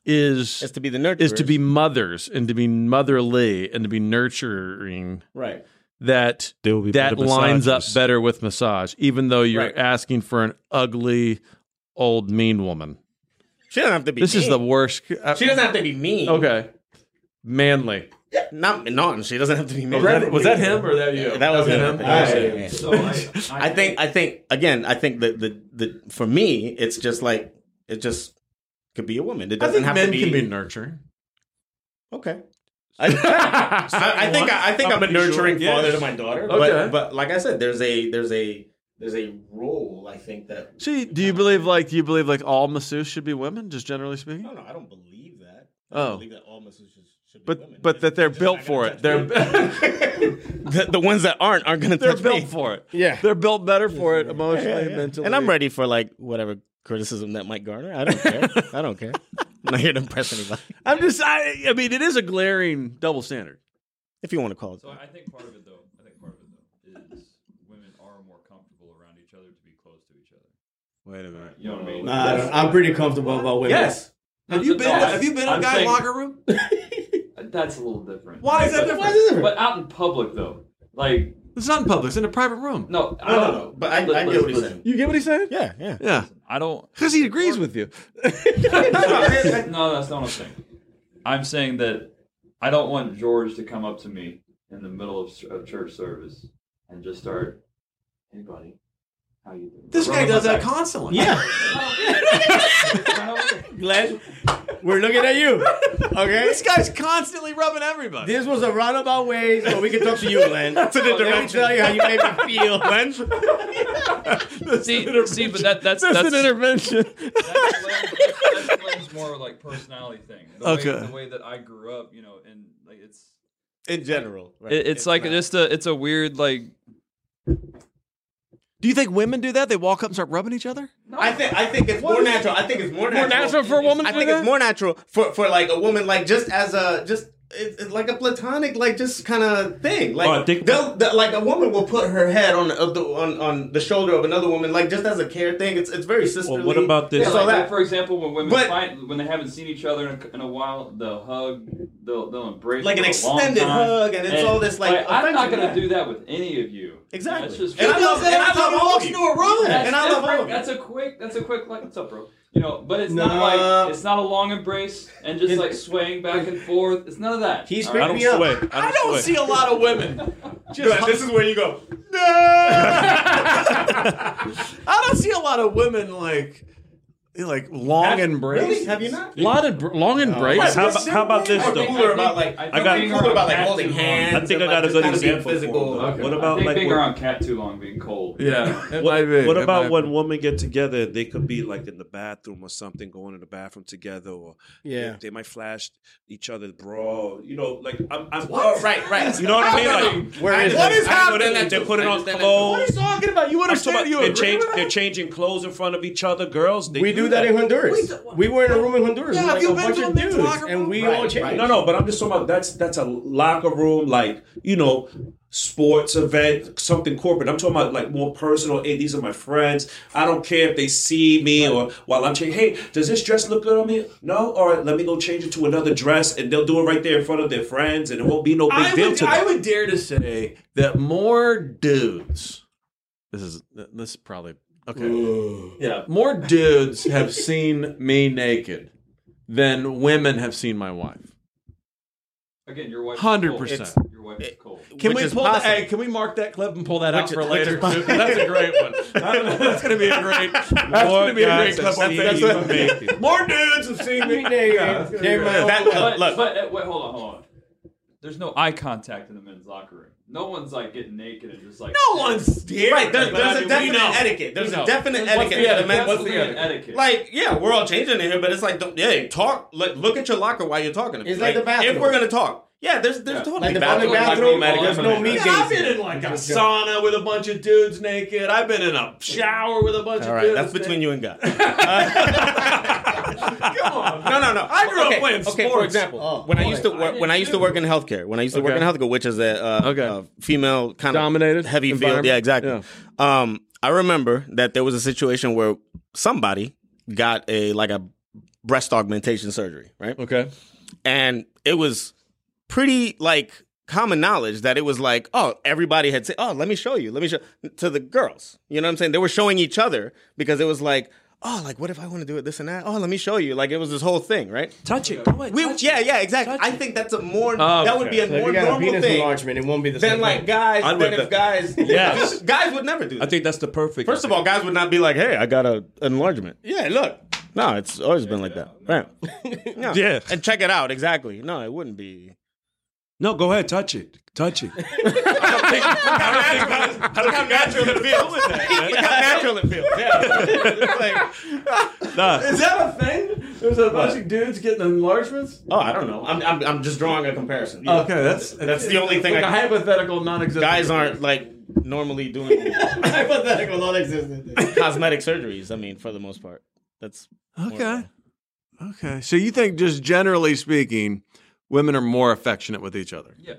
S7: is
S4: It's to be the nurturer.
S7: is to be mothers and to be motherly and to be nurturing
S4: right.
S7: that
S5: They will be
S7: that
S5: better
S7: lines up
S5: massages.
S7: better with massage, even though you're
S4: Right.
S7: asking for an ugly old mean woman.
S4: She doesn't have to be.
S7: This is
S4: mean.
S7: the worst. uh,
S4: She doesn't have to be mean.
S7: okay. Manly.
S4: Not no. She doesn't have to be mean.
S7: Was that him or that you?
S4: That was him.
S2: Alright.
S13: So I,
S4: I think I think again, I think that the, the for me, it's just like it just could be a woman. It
S7: I
S4: doesn't
S7: think
S4: have
S7: men
S4: to be,
S7: can be nurturing.
S4: okay. I, I, I think I, I think I'm, a nurturing father to my daughter.
S7: Okay.
S4: But but like I said, there's a there's a there's a role I think that
S7: See, do you believe like do you believe like all masseuse should be women, just generally speaking?
S4: no no I don't believe that. I
S7: Oh.
S4: believe that all mistresses should be women.
S7: But but that they're built for it. They're
S14: the, the ones that aren't aren't gonna
S7: they're
S14: touch
S7: built
S14: me.
S7: for it.
S14: Yeah.
S7: They're built better for it emotionally and mentally.
S14: And I'm ready for like whatever criticism that might garner. I don't care. I don't care. I'm not here to impress anybody.
S7: I'm just I I mean it is a glaring double standard.
S14: If you want to call it.
S3: So I think part of it, though, I think part of it though is women are more comfortable around each other to be close to each other.
S7: Wait a minute.
S3: You know what I mean?
S2: Nah, I don't- Uh, I'm pretty comfortable about women.
S13: yes. Have you been?
S3: No, I-
S13: have you been in a
S3: I'm
S13: guy's
S3: saying-
S13: locker room?
S3: That's a little different.
S13: Why is that
S3: But-
S13: different?
S3: But out in public, though, like
S7: It's not in public, it's in a private room.
S3: no, I
S4: no no
S3: don't
S4: no.
S3: know.
S4: But I, I get what he's saying.
S7: You get what he's saying?
S14: Yeah, yeah.
S7: Yeah.
S15: I don't.
S7: Because he agrees with you.
S3: No, that's not what I'm saying. I'm saying that I don't want George to come up to me in the middle of, of church service and just start, "Hey, buddy, how you doing?"
S13: This guy
S3: Rubbing
S13: does
S3: my
S13: that
S3: back.
S13: constantly.
S2: Yeah. Glenn, we're looking at you. Okay.
S13: This guy's constantly rubbing everybody.
S2: This was a roundabout way so we can talk to you, Glenn. That's an
S14: intervention.
S2: Let me tell you how you made me feel.
S3: see, see, but that, that's that's,
S7: That's an intervention.
S3: that's, that's, that's Glenn's more like personality thing. The
S7: Okay.
S3: Way, the way that I grew up, you know, and like it's
S14: In general. Right.
S15: It, it's, like just a. It's a weird like.
S7: Do you think women do that? They walk up and start rubbing each other?
S4: I think I think it's more natural. I think it's more natural.
S7: natural for a woman
S4: I
S7: to
S4: think
S7: do
S4: it's
S7: that?
S4: more natural for for like a woman, like just as a just it's it's like a platonic, like just kind of thing. Like
S5: Oh, I think-
S4: they'll- the- like a woman will put her head on the, of the on, on the shoulder of another woman, like just as a care thing. It's it's very sisterly.
S5: what about this-
S4: It's
S3: like,
S4: all that.
S3: for example, when women
S4: But-
S3: find when they haven't seen each other in a, in a while, they'll hug, they'll they'll embrace
S4: Like
S3: for
S4: an
S3: a long
S4: extended
S3: time.
S4: hug, and it's all this, like,
S3: I'm not
S4: affection.
S3: gonna do that with any of you.
S4: Exactly.
S3: That's just
S4: And I love- and I love all of you.
S3: That's
S4: And I love
S3: different.
S4: all of you.
S3: That's a quick. That's a quick. Like, what's up, bro? You know, but it's
S2: No.
S3: not like it's not a long embrace and just like swaying back and forth. It's none of that.
S2: He's
S3: All right?
S2: picked me up.
S5: Wait, I don't wait.
S13: see a lot of women.
S4: this is where you go.
S13: I don't see a lot of women like
S7: Like long embrace.
S4: Really? Have you not?
S7: Lot of br- long embrace.
S5: How, about- how about this
S4: Or
S5: though?
S4: cooler about like
S3: I
S4: I,
S3: think
S4: got
S3: being
S4: cooler about like
S3: around
S4: holding
S3: cats too long.
S4: hands.
S5: I think
S4: and,
S5: I got
S4: like,
S5: a good
S4: just kinda being
S5: example.
S4: Physical.
S5: For them. What
S3: I
S5: about
S3: think
S5: like
S3: being
S5: when-
S3: around cat too long, being cold.
S7: Yeah. it might be.
S5: What
S7: It
S5: about
S7: might
S5: when
S7: be.
S5: women get together? They could be like in the bathroom or something, going to the bathroom together, or
S2: Yeah.
S5: they, they might flash each other's bra. You know, like I'm, I'm
S4: Right, right.
S5: You know what I mean? Like,
S2: Where is
S5: what
S2: it?
S5: is happening? They're putting on clothes.
S2: talking about? You
S5: I'm talking about- they're, change, they're changing clothes in front of each other. Girls, they
S2: We do that in Honduras. We were in a room in Honduras with
S13: have
S2: like
S13: you
S2: a
S13: been
S2: bunch
S13: to
S2: of
S13: the
S2: dudes,
S13: locker
S2: and
S13: room?
S2: we
S4: Right,
S2: all
S4: right.
S2: changed.
S5: No, no, but I'm just talking about that's that's a locker room, like you know, sports event, something corporate. I'm talking about like more personal. Hey, these are my friends. I don't care if they see me or while I'm changing. Hey, does this dress look good on me? No, all right, let me go change it to another dress, and they'll do it right there in front of their friends, and it won't be no big
S7: I
S5: deal
S7: would,
S5: to them.
S7: I would dare to say that more dudes. This is this is probably okay.
S13: Yeah.
S7: More dudes have seen me naked than women have seen my wife.
S3: Again, your wife. is cold.
S7: 100%.
S3: It's- Your wife is cold.
S7: Can
S14: Which
S7: we
S14: is
S7: pull that?
S14: possible.
S7: Hey, can we mark that clip and pull that out
S14: Which is-
S7: for
S14: which
S7: later?
S14: is possible.
S7: too? That's a great one. I don't know, That's gonna be a great. That's gonna be a great clip.
S5: guys have seen
S7: That's
S5: you
S7: what-
S5: naked.
S7: More dudes have seen me naked.
S14: That-
S3: But,
S14: look,
S3: but uh, wait, hold on, hold on. There's no eye contact in the men's locker room. No one's like getting naked and just like
S7: No one's daring.
S4: Right, there,
S7: but I
S4: there's
S7: mean,
S4: a
S7: we
S4: definite
S7: know.
S4: etiquette. There's
S7: We know.
S4: a definite
S7: What's
S4: etiquette.
S7: the
S4: for the
S7: etiquette?
S4: men-
S7: What's the
S3: Definite
S7: etiquette?
S3: etiquette.
S4: Like, yeah, we're all changing in here, but it's like, don't, yeah, talk. Look, look at your locker while you're talking. To me.
S2: It's like the bathroom.
S4: If we're gonna talk, Yeah, there's there's totally
S5: Like the
S4: bathroom.
S5: public bathroom, there's no
S4: meat
S7: Yeah, I've been in like a sauna with a bunch of dudes naked. I've been in a shower with a bunch
S4: All
S7: of
S4: right,
S7: dudes.
S4: that's between you and God.
S7: No, no, no. I grew
S4: okay,
S7: up playing
S4: okay,
S7: sports. Oh,
S4: For example, when I used to work, when I used to work in healthcare, when I used to work in
S7: Okay.
S4: healthcare, which is a, uh, uh, female kind of
S7: Dominated
S4: heavy field.
S7: environment.
S4: Yeah, exactly. Um, I remember that there was a situation where somebody got a like a breast augmentation surgery, right?
S7: Okay,
S4: and it was pretty like common knowledge that it was like, oh, everybody had said, oh, let me show you, let me show to the girls. You know what I'm saying? They were showing each other because it was like. Oh, like what if I want to do it this and that? Oh, let me show you. Like it was this whole thing, right?
S5: Touch it.
S4: We- yeah, yeah, exactly. I think that's a more
S2: Oh,
S4: that would
S2: okay.
S4: be a
S2: So if
S4: more
S2: you got a
S4: normal
S2: penis
S4: thing.
S2: enlargement, it won't be the
S4: then
S2: same
S4: like
S2: thing.
S4: guys,
S2: I'd
S4: then
S2: with
S4: if
S2: that.
S4: guys,
S2: Yes.
S4: guys would never do that. I
S5: think that's the perfect.
S4: First of all, guys would not be like, "Hey, I got a an enlargement." Yeah, look. No, it's always been like that, right? No.
S5: Yeah.
S4: and check it out. Exactly. No, it wouldn't be.
S5: No, go ahead, touch it, touch it.
S4: Look how natural it feels. Look how natural it feels.
S1: Is that a thing? There's a bunch of dudes getting enlargements.
S4: Oh, I don't know. I'm, I'm, I'm just drawing a comparison.
S1: Okay, that's-
S4: that's the only thing.
S1: Like
S4: I
S1: a hypothetical non-existent.
S4: Guys aren't like normally doing
S2: hypothetical non-existent
S4: cosmetic surgeries. I mean, for the most part, that's more-
S7: Okay. Okay. So you think, just generally speaking, women are more affectionate with each other?
S15: Yes,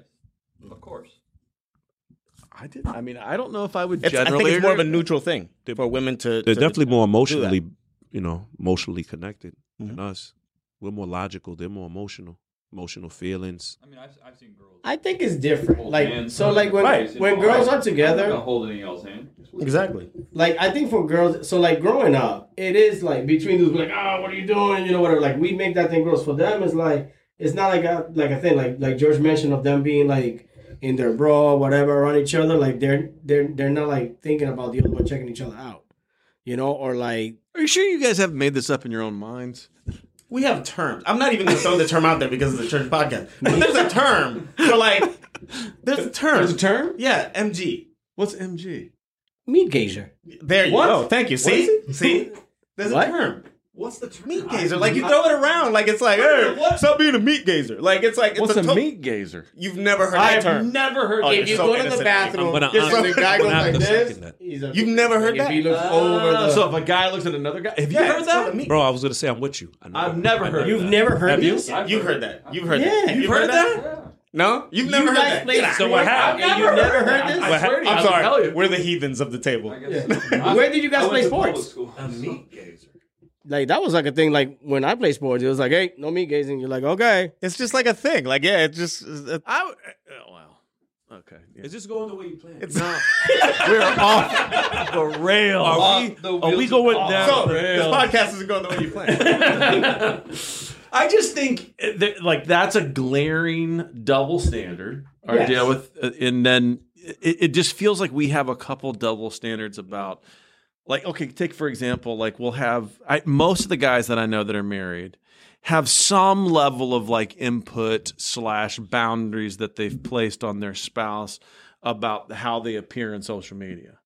S15: of course.
S7: I did. I mean, I don't know if I would
S4: It's, I
S7: generally.
S4: think it's more of a
S7: agree.
S4: neutral thing for women to.
S5: They're
S4: to
S5: definitely more
S4: do that. Mm-hmm.
S5: emotionally, you know, emotionally connected than us. We're more logical. They're more emotional. Emotional feelings.
S15: I mean, I've, I've seen girls.
S2: I think it's different.
S15: hold
S2: Like
S15: hands,
S2: so, like when
S15: right.
S2: when girls
S15: Right.
S2: are together,
S15: I'm not holding y'all's hand.
S4: Exactly.
S2: like I think for girls, so like growing up, it is like between dudes, like ah, what are you doing? You know, whatever. Like we make that thing gross. For them, it's like it's not like a like a thing. Like like George mentioned of them being like in their bra, or whatever, around each other. Like they're they're they're not like thinking about the other one checking each other out, you know, or like
S7: Are you sure you guys haven't made this up in your own minds?
S4: We have terms. I'm not even going to throw the term out there because it's a church podcast. But there's a term for like. There's a term.
S7: There's a term?
S4: Yeah, MG.
S7: What's MG?
S2: meat gazer.
S4: There you
S7: What?
S4: go. Thank you.
S7: What is
S4: See, see. There's
S2: What?
S4: a term.
S1: What's the term?
S4: Meat gazer. Like you throw it around. Like it's like, hey, stop being a meat gazer. Like it's like it's
S7: What's a,
S4: to-
S7: meat gazer?
S4: You've never heard that
S2: I've
S4: term.
S2: never heard.
S4: Oh,
S2: if
S4: you're
S2: you
S4: so
S2: go to the
S4: innocent.
S2: bathroom,
S5: I'm gonna-
S2: just
S5: I'm-
S2: the guy
S5: I'm
S2: goes
S5: gonna have
S2: like
S5: to
S2: this.
S5: second that.
S2: he's a-
S4: You've never heard
S2: if
S4: that.
S2: he looks over the.
S7: So if a guy looks at another guy, have you
S4: Uh. Yeah,
S7: heard
S4: it's
S7: that?
S4: called a meat-
S5: Bro, I was gonna say I'm with you. I know.
S7: I've never
S5: I know
S7: heard
S2: You've
S7: that.
S2: never heard
S5: Have you?
S2: this?
S4: You've heard that. You've heard
S2: Yeah.
S4: that.
S2: You've
S4: You've heard that?
S15: Yeah.
S4: No, you've never heard that.
S2: played
S4: Get out.
S5: So what
S2: I've
S5: happened?
S2: never, heard this.
S4: What hap-
S7: you, I
S4: I'm
S7: will tell
S4: sorry.
S7: you.
S4: We're the heathens of the table.
S15: I guess.
S2: Yeah. Where did you guys
S15: I went
S2: play
S15: to public
S2: sports?
S15: school.
S2: Like that was like a thing. Like when I play sports, it was like, hey, no meat gazing. You're like, okay.
S4: It's just like a thing. Like yeah, it's just uh,
S7: I w- oh, wow. Okay.
S5: Is this going the way you planned?
S4: it's not.
S7: We're off the rail.
S5: Are we, are we going down?
S4: So this podcast isn't going the way you planned.
S7: I just think uh, that, like that's a glaring double standard. Our
S2: Yes.
S7: deal with, uh, and then it, it just feels like we have a couple double standards about, like, okay, take for example, like we'll have I, most of the guys that I know that are married have some level of like input slash boundaries that they've placed on their spouse about how they appear in social media.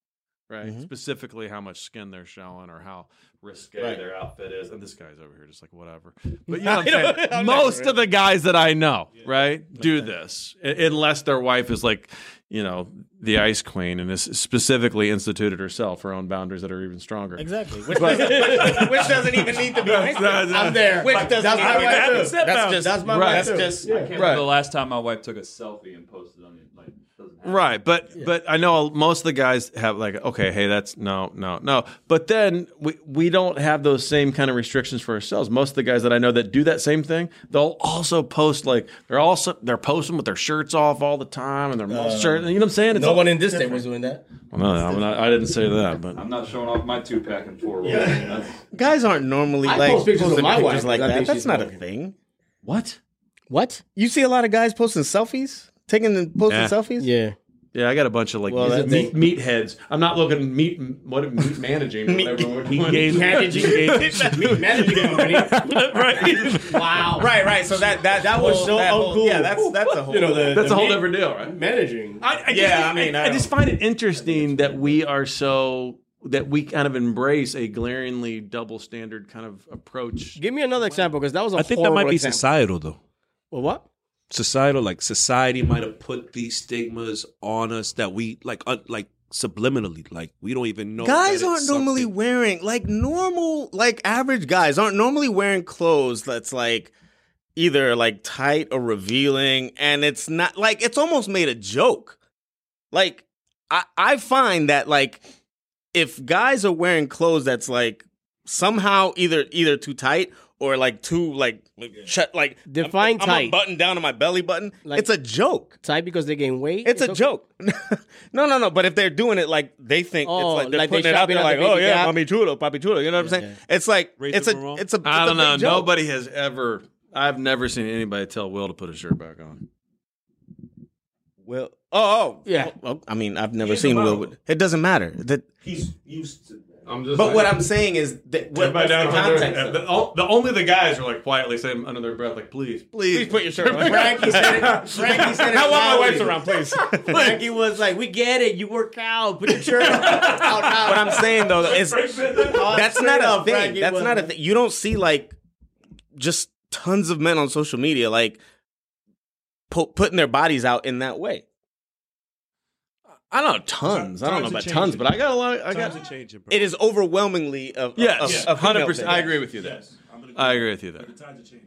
S7: Right, specifically how much skin they're showing or how risque
S4: Right.
S7: their outfit is, and this guy's over here just like whatever. But you know what I'm
S4: don't-
S7: saying?
S4: I'm not
S7: Most
S4: sure.
S7: of the guys that I know, right, do this u- unless their wife is like, you know, the ice queen and has specifically instituted herself her own boundaries that are even stronger.
S4: exactly. Which, doesn't, which doesn't even need to be. I'm there. Which doesn't
S2: that's my
S4: even
S2: wife
S4: need to
S2: too.
S4: be. That's just
S2: That's my
S7: Right.
S2: wife
S4: That's
S2: too.
S4: just
S15: I can't
S7: Right.
S15: remember the last time my wife took a selfie and posted on it. Like, doesn't happen.
S7: Right, but but I know most of the guys have like okay, hey, that's no, no, no. But then we we don't have those same kind of restrictions for ourselves. Most of the guys that I know that do that same thing, they'll also post like they're also they're posting with their shirts off all the time
S4: Uh,
S7: and their shirt. You know what I'm saying? It's
S2: No
S7: all-
S2: one in this state was doing that.
S7: Well, no, I'm not, I didn't say that, but
S15: I'm not showing off my two pack and four roll. That's,
S4: guys aren't normally
S2: I
S4: like
S2: post pictures of
S4: posting
S2: my wife
S4: pictures like
S2: 'cause I
S4: that.
S2: think
S4: That's
S2: she's
S4: not a
S2: smoking.
S4: thing.
S7: what?
S2: What?
S4: You see a lot of guys posting selfies, taking and posting
S7: Yeah.
S4: selfies.
S2: Yeah.
S7: Yeah, I got a bunch of like
S4: Well,
S7: meat,
S4: that-
S7: meat, meatheads. I'm not looking meat. What meat managing? or whatever we're doing.
S2: Wow.
S4: Right, right. So that that that
S2: was so
S4: that whole-
S2: uncool.
S4: Yeah, that's that's a whole.
S2: You know the
S7: That's
S2: the
S7: a whole
S2: meat
S7: different deal, right?
S2: managing.
S7: I, I
S4: Yeah,
S7: just,
S4: I mean, I
S7: just find it interesting that we are so that we kind of embrace a glaringly double standard kind of approach.
S2: Give me another example because that was a
S5: I think that might be
S2: example.
S5: societal though.
S2: Well, what?
S5: societal like society might have put these stigmas on us that we like un, like subliminally like we don't even know
S4: guys
S5: that
S4: aren't
S5: it's
S4: normally wearing like normal like average guys aren't normally wearing clothes that's like either like tight or revealing and it's not like it's almost made a joke like i i find that like if guys are wearing clothes that's like somehow either either too tight or like too like shut like
S2: Define
S4: I'm,
S2: tight.
S4: button down on my belly button
S2: Like-
S4: it's a joke
S2: Tight because they gain weight.
S4: it's, a
S2: okay.
S4: joke. no, no, no. But if they're doing it like they think
S2: Oh,
S4: it's like they're
S2: like they
S4: putting it out
S2: shopping
S4: there,
S2: at
S4: like
S2: the
S4: oh
S2: Baby
S4: yeah,
S2: Gap.
S4: mommy chulo, papi chulo. You know what I'm saying? It's like it's a,
S5: Racism wrong?
S4: it's a. It's
S7: I
S4: a
S7: don't
S4: big
S7: know.
S4: joke.
S7: Nobody has ever. I've never seen anybody tell Will to put his shirt back on.
S4: Will. Oh, oh
S2: Yeah.
S4: Well, I mean, I've never
S5: He's
S4: seen
S5: a
S4: Will.
S5: model.
S4: with- It doesn't matter. That.
S5: he's used to
S1: I'm just.
S6: But what I'm saying is, that what, what's the context? of it?
S7: the, all- the- only the guys are like quietly saying under their breath, like, please,
S4: Please put your shirt on.
S6: Frankie said it. Frankie said it.
S4: I want my
S6: loudly.
S4: wife's around, please.
S2: Frankie was like, "We get it. You work out. Put your shirt on."
S4: What I'm saying though is that's not a thing.
S2: Frankie
S4: that's
S2: was-
S4: not a thing. You don't see like just tons of men on social media like pu- putting their bodies out in that way. I don't know tons. I don't know about tons, but I got a lot. I got.
S5: changing bro
S4: It is overwhelmingly of
S7: yes,
S4: of- of "Oh, female
S7: hundred percent.
S4: thing.
S7: I agree with you there. I agree with you there.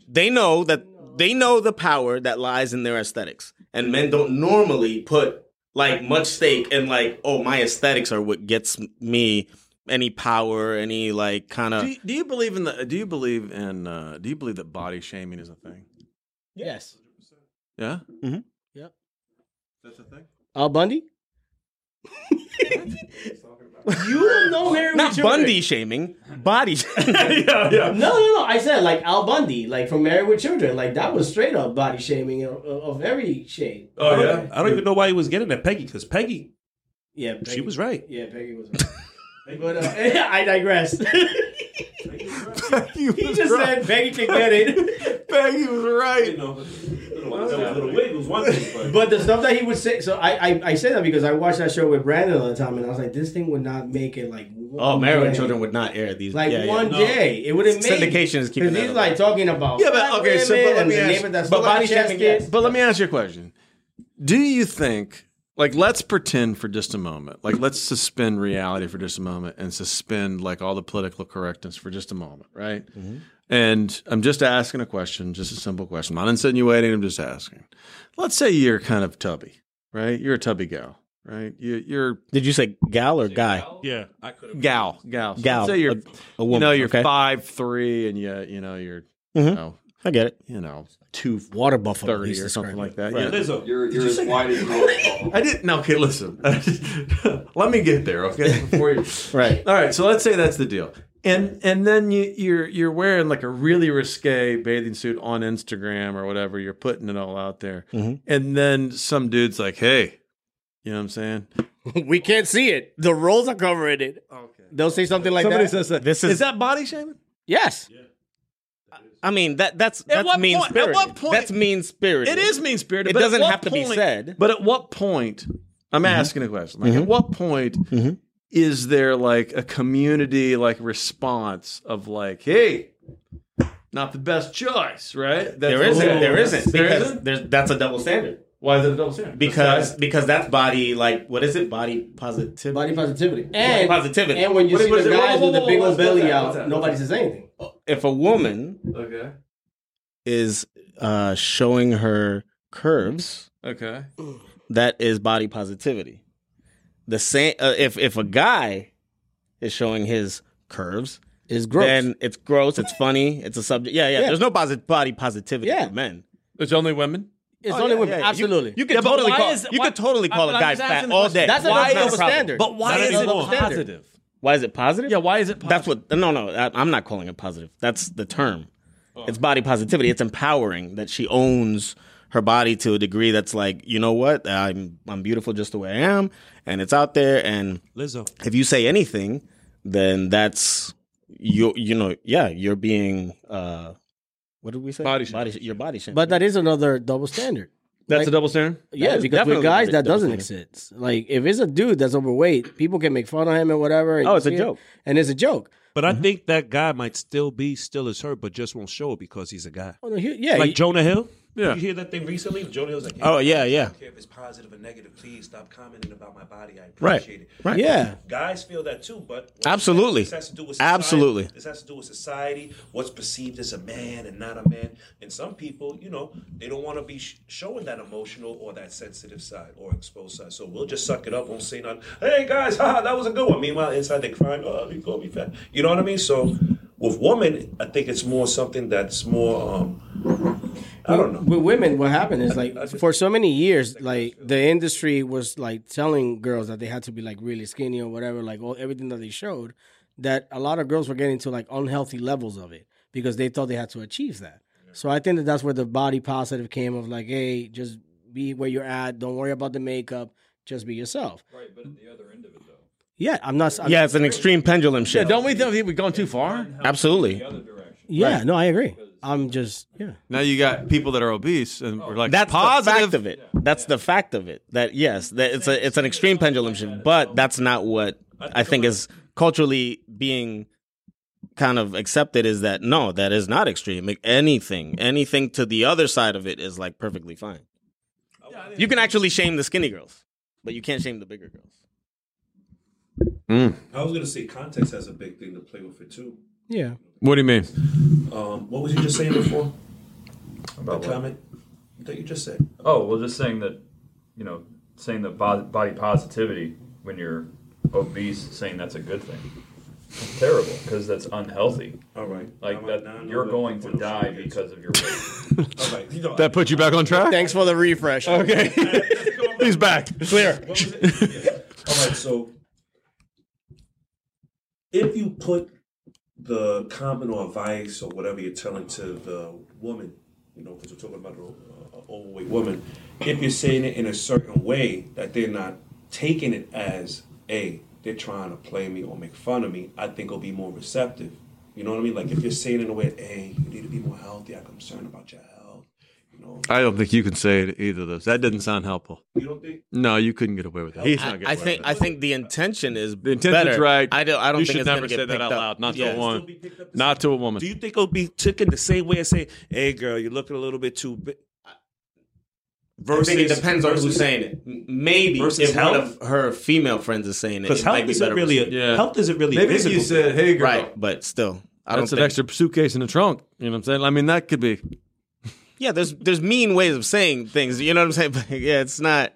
S4: They know that
S6: They know the power that lies in their aesthetics, and men don't normally put
S4: like much stake in like oh my aesthetics are what gets me any power, any like kind
S7: Do
S4: of
S7: you, do you believe in the? uh, Do you believe in? Uh, do you believe that body shaming is a thing?
S2: yes.
S7: Yeah,
S4: Mm-hmm.
S2: Al Bundy. you don't know Harry
S4: not
S2: with Children.
S4: Bundy shaming, body.
S2: No, no, no. I said like Al Bundy, like from Married with Children, like that was straight up body shaming of, of every shade.
S1: oh
S5: I
S1: yeah.
S5: don't, I don't even know why he was getting at Peggy because Peggy,
S2: Yeah, Peggy,
S5: she was right.
S2: Yeah, Peggy was. but uh, I digress.
S7: you
S2: he just said Peggy can get it,
S7: Peggy was right.
S5: You
S2: Oh,
S5: know, little wiggles, one thing,
S2: but the stuff that he would say. So I, I, I say that because I watched that show with Brandon all the time, and I was like, this thing would not make it like.
S4: oh,
S2: one
S4: Married
S2: day.
S4: Children would not air these.
S2: Like
S4: yeah, yeah.
S2: one day, it wouldn't make
S4: Syndication is keeping
S2: Because
S4: that
S2: he's
S4: up.
S2: like talking about
S7: Yeah, but okay. So, but let me ask.
S2: That's
S7: but body shaming. Yes. But let me ask you a question. Do you think? Like, let's pretend for just a moment. Like, let's suspend reality for just a moment and suspend like all the political correctness for just a moment, right?
S4: Mm-hmm.
S7: And I'm just asking a question, just a simple question. I'm not insinuating. I'm just asking. Let's say you're kind of tubby, right? You're a tubby gal, right? You, you're
S4: Did you say gal or guy?
S5: yeah, I could have.
S7: gal, gal, So
S4: Gal,
S7: let's say you're,
S4: a- a woman,
S7: you know, you're
S4: okay.
S7: five three, and you, you know, you're, you
S4: Mhm.
S7: know,
S4: I get it.
S7: you know, two
S4: Water buffalo.
S7: thirty or something like that.
S4: Right.
S7: Yeah.
S5: Lizzo,
S15: You're you're as wide as you are.
S7: I didn't. No, okay, listen. Let me get there, okay? Before you.
S4: Right.
S7: All right, so let's say that's the deal, and and then you, you're you're wearing like a really risque bathing suit on Instagram or whatever. You're putting it all out there,
S4: Mhm.
S7: and then some dude's like, "Hey, you know what I'm saying?
S2: we can't see it. The rolls are covering it.
S7: Okay,
S2: They'll say something like that.
S7: says that.
S4: This
S7: Is
S4: is.
S7: that body shaming?
S2: yes.
S4: I mean that that's that's
S7: what
S4: mean
S7: point- at
S4: spirited.
S7: what point-
S4: That's mean spirited.
S7: It is mean spirited.
S4: It doesn't have to be said. Mm-hmm.
S7: But at what point? I'm asking a question. Like, at what point
S4: Mhm.
S7: is there like a community like response of like, hey, not the best choice, right? That's
S4: There isn't.
S7: Ooh.
S4: There isn't
S7: There
S4: because
S7: isn't?
S4: there's that's a double standard.
S7: Why is it a double standard?
S4: Because because that's body like what is it? Body positivity.
S2: Body positivity and
S4: positivity.
S2: And when you
S7: What-
S2: see
S7: what is
S2: the
S7: it?
S2: guys
S7: Whoa, whoa,
S2: with the
S7: whoa,
S2: big
S7: whoa,
S2: old
S7: what's
S2: belly
S7: that? What's that?
S2: out, nobody says anything.
S4: If a woman
S7: Okay.
S4: is uh, showing her curves,
S7: Okay.
S4: that is body positivity. The same uh, if if a guy is showing his curves,
S2: It's gross.
S4: then it's gross. It's funny. It's a subject. Yeah, yeah.
S2: Yeah.
S4: There's no posi- body positivity
S2: Yeah.
S4: for men.
S7: It's only women.
S2: it's
S4: Oh,
S2: only
S4: yeah,
S2: women.
S4: yeah, yeah. You-
S2: Absolutely.
S4: You, could totally call. you could totally call a guy fat all day.
S2: That's another
S4: why is
S2: double
S4: it problem?
S2: standard.
S7: But why
S2: That
S7: is
S2: is
S7: it
S2: double standard.
S7: positive?
S4: Why is it positive?
S7: Yeah. Why is it? Positive?
S4: That's what. No, no. I, I'm not calling it positive. That's the term.
S7: Oh.
S4: It's body positivity. It's empowering that she owns her body to a degree that's like, you know what? I'm I'm beautiful just the way I am, and it's out there. And
S5: Lizzo.
S4: if you say anything, then that's you. You know, yeah, you're being. uh What did we say?
S7: Body
S4: body. Your body. Shamed.
S2: But that is another double standard.
S7: That's
S2: Like-
S7: a double standard.
S2: Yeah,
S4: is
S2: because with
S4: definitely
S2: guys
S4: a
S2: that
S4: double
S2: doesn't
S4: standard.
S2: exist. Like if it's a dude that's overweight, people can make fun of him and whatever. and
S4: Oh, it's
S2: you
S4: a
S2: see it,
S4: joke.
S2: and it's a joke.
S5: But
S4: Mm-hmm.
S5: I think that guy might still be still as her, but just won't show it because he's a guy.
S2: Oh, no, he- yeah,
S5: Like
S2: he-
S5: Jonah Hill, Did you hear that thing recently? Jody was like,
S4: Oh, yeah, yeah.
S5: I don't care if it's positive or negative. Please stop commenting about my body. I
S4: Right,
S5: appreciate it.
S4: right. Yeah.
S5: Guys feel that too, but
S4: Absolutely.
S5: This has to do with
S4: Absolutely.
S5: This has to do with society. What's perceived as a man and not a man. And some people, you know, they don't want to be sh- showing that emotional or that sensitive side or exposed side. So we'll just suck it up. Won't say nothing. Hey guys, ha, that was a good one. Meanwhile, inside they're crying. Oh, you call me fat. You know what I mean? So with women, I think it's more something that's more. um I don't know.
S2: With women, what happened is like for so many years, like the industry was like telling girls that they had to be like really skinny or whatever, like all everything that they showed, that a lot of girls were getting to like unhealthy levels of it because they thought they had to achieve that. So I think that that's where the body positive came of like, hey, just be where you're at. Don't worry about the makeup. Just be yourself.
S15: Right, but at the other end of it, though.
S2: Yeah, I'm not. I'm,
S4: yeah, it's an extreme pendulum shift.
S7: don't we think we've gone too far?
S4: Absolutely.
S2: Yeah, no, I agree. I'm just yeah.
S7: Now you got people that are obese and we're like
S4: That's
S7: positive.
S4: the fact of it. That's the fact of it. That yes, that it's a it's an extreme pendulum shift, but that's not what I think is culturally being kind of accepted is that no, that is not extreme. Like, Anything, anything to the other side of it is like perfectly fine. You can actually shame the skinny girls, but you can't shame the bigger girls.
S5: I was gonna say context has a big thing to play with it too.
S2: Yeah.
S7: What do you mean?
S5: Um, what was you just saying before? About the comment that you just said.
S15: Oh, well, just saying that, you know, saying that bo- body positivity when you're obese, saying that's a good thing. It's terrible because that's unhealthy.
S5: All right.
S15: Like
S5: Now,
S15: that,
S5: now I know
S15: you're
S5: that-
S15: going to die because of your weight.
S5: All right. You know,
S7: That put you back on track?
S2: Thanks for the refresh.
S7: Okay. He's back. Clear.
S5: What was it? Yeah. All right, so if you put the comment or advice or whatever you're telling to the woman, you know, because we're talking about an overweight woman, if you're saying it in a certain way that they're not taking it as a they're trying to play me or make fun of me, I think it'll be more receptive. You know what I mean? Like if you're saying it in a way, hey, you need to be more healthy. I'm concerned about your health. You know,
S7: I don't think you can say it either of those. That didn't sound helpful.
S5: you don't think
S7: No, you couldn't get away with it. He's not getting
S4: I, I
S7: away
S4: think
S7: with it.
S4: I think the intention is
S7: the intention's
S4: better.
S7: right.
S4: I don't. I don't
S7: you
S4: think
S7: should
S4: it's
S7: never
S4: gonna
S7: say
S4: get
S7: that
S4: picked
S7: out
S4: up.
S7: loud. Not to
S4: Yeah.
S7: a woman. Not to a woman.
S5: Do you think it'll be taken the same way and say, "Hey, girl, you're looking a little bit too big"?
S6: I think it
S5: Versus-
S6: depends on who's
S5: versus-
S6: saying it.
S4: M- Maybe
S5: Versus
S4: if one
S5: health?
S4: of her female friends is saying it,
S5: Because
S4: it might
S5: health
S4: be
S5: isn't
S4: better.
S5: really a,
S4: received.
S7: Yeah.
S5: health isn't really
S1: Maybe if
S5: visible.
S1: you said, "Hey, girl."
S4: right, but still, I
S7: That's
S4: don't
S7: an
S4: think
S7: extra suitcase in the trunk. You know what I'm saying? I mean, that could be.
S4: yeah, there's there's mean ways of saying things. You know what I'm saying? But yeah, it's not.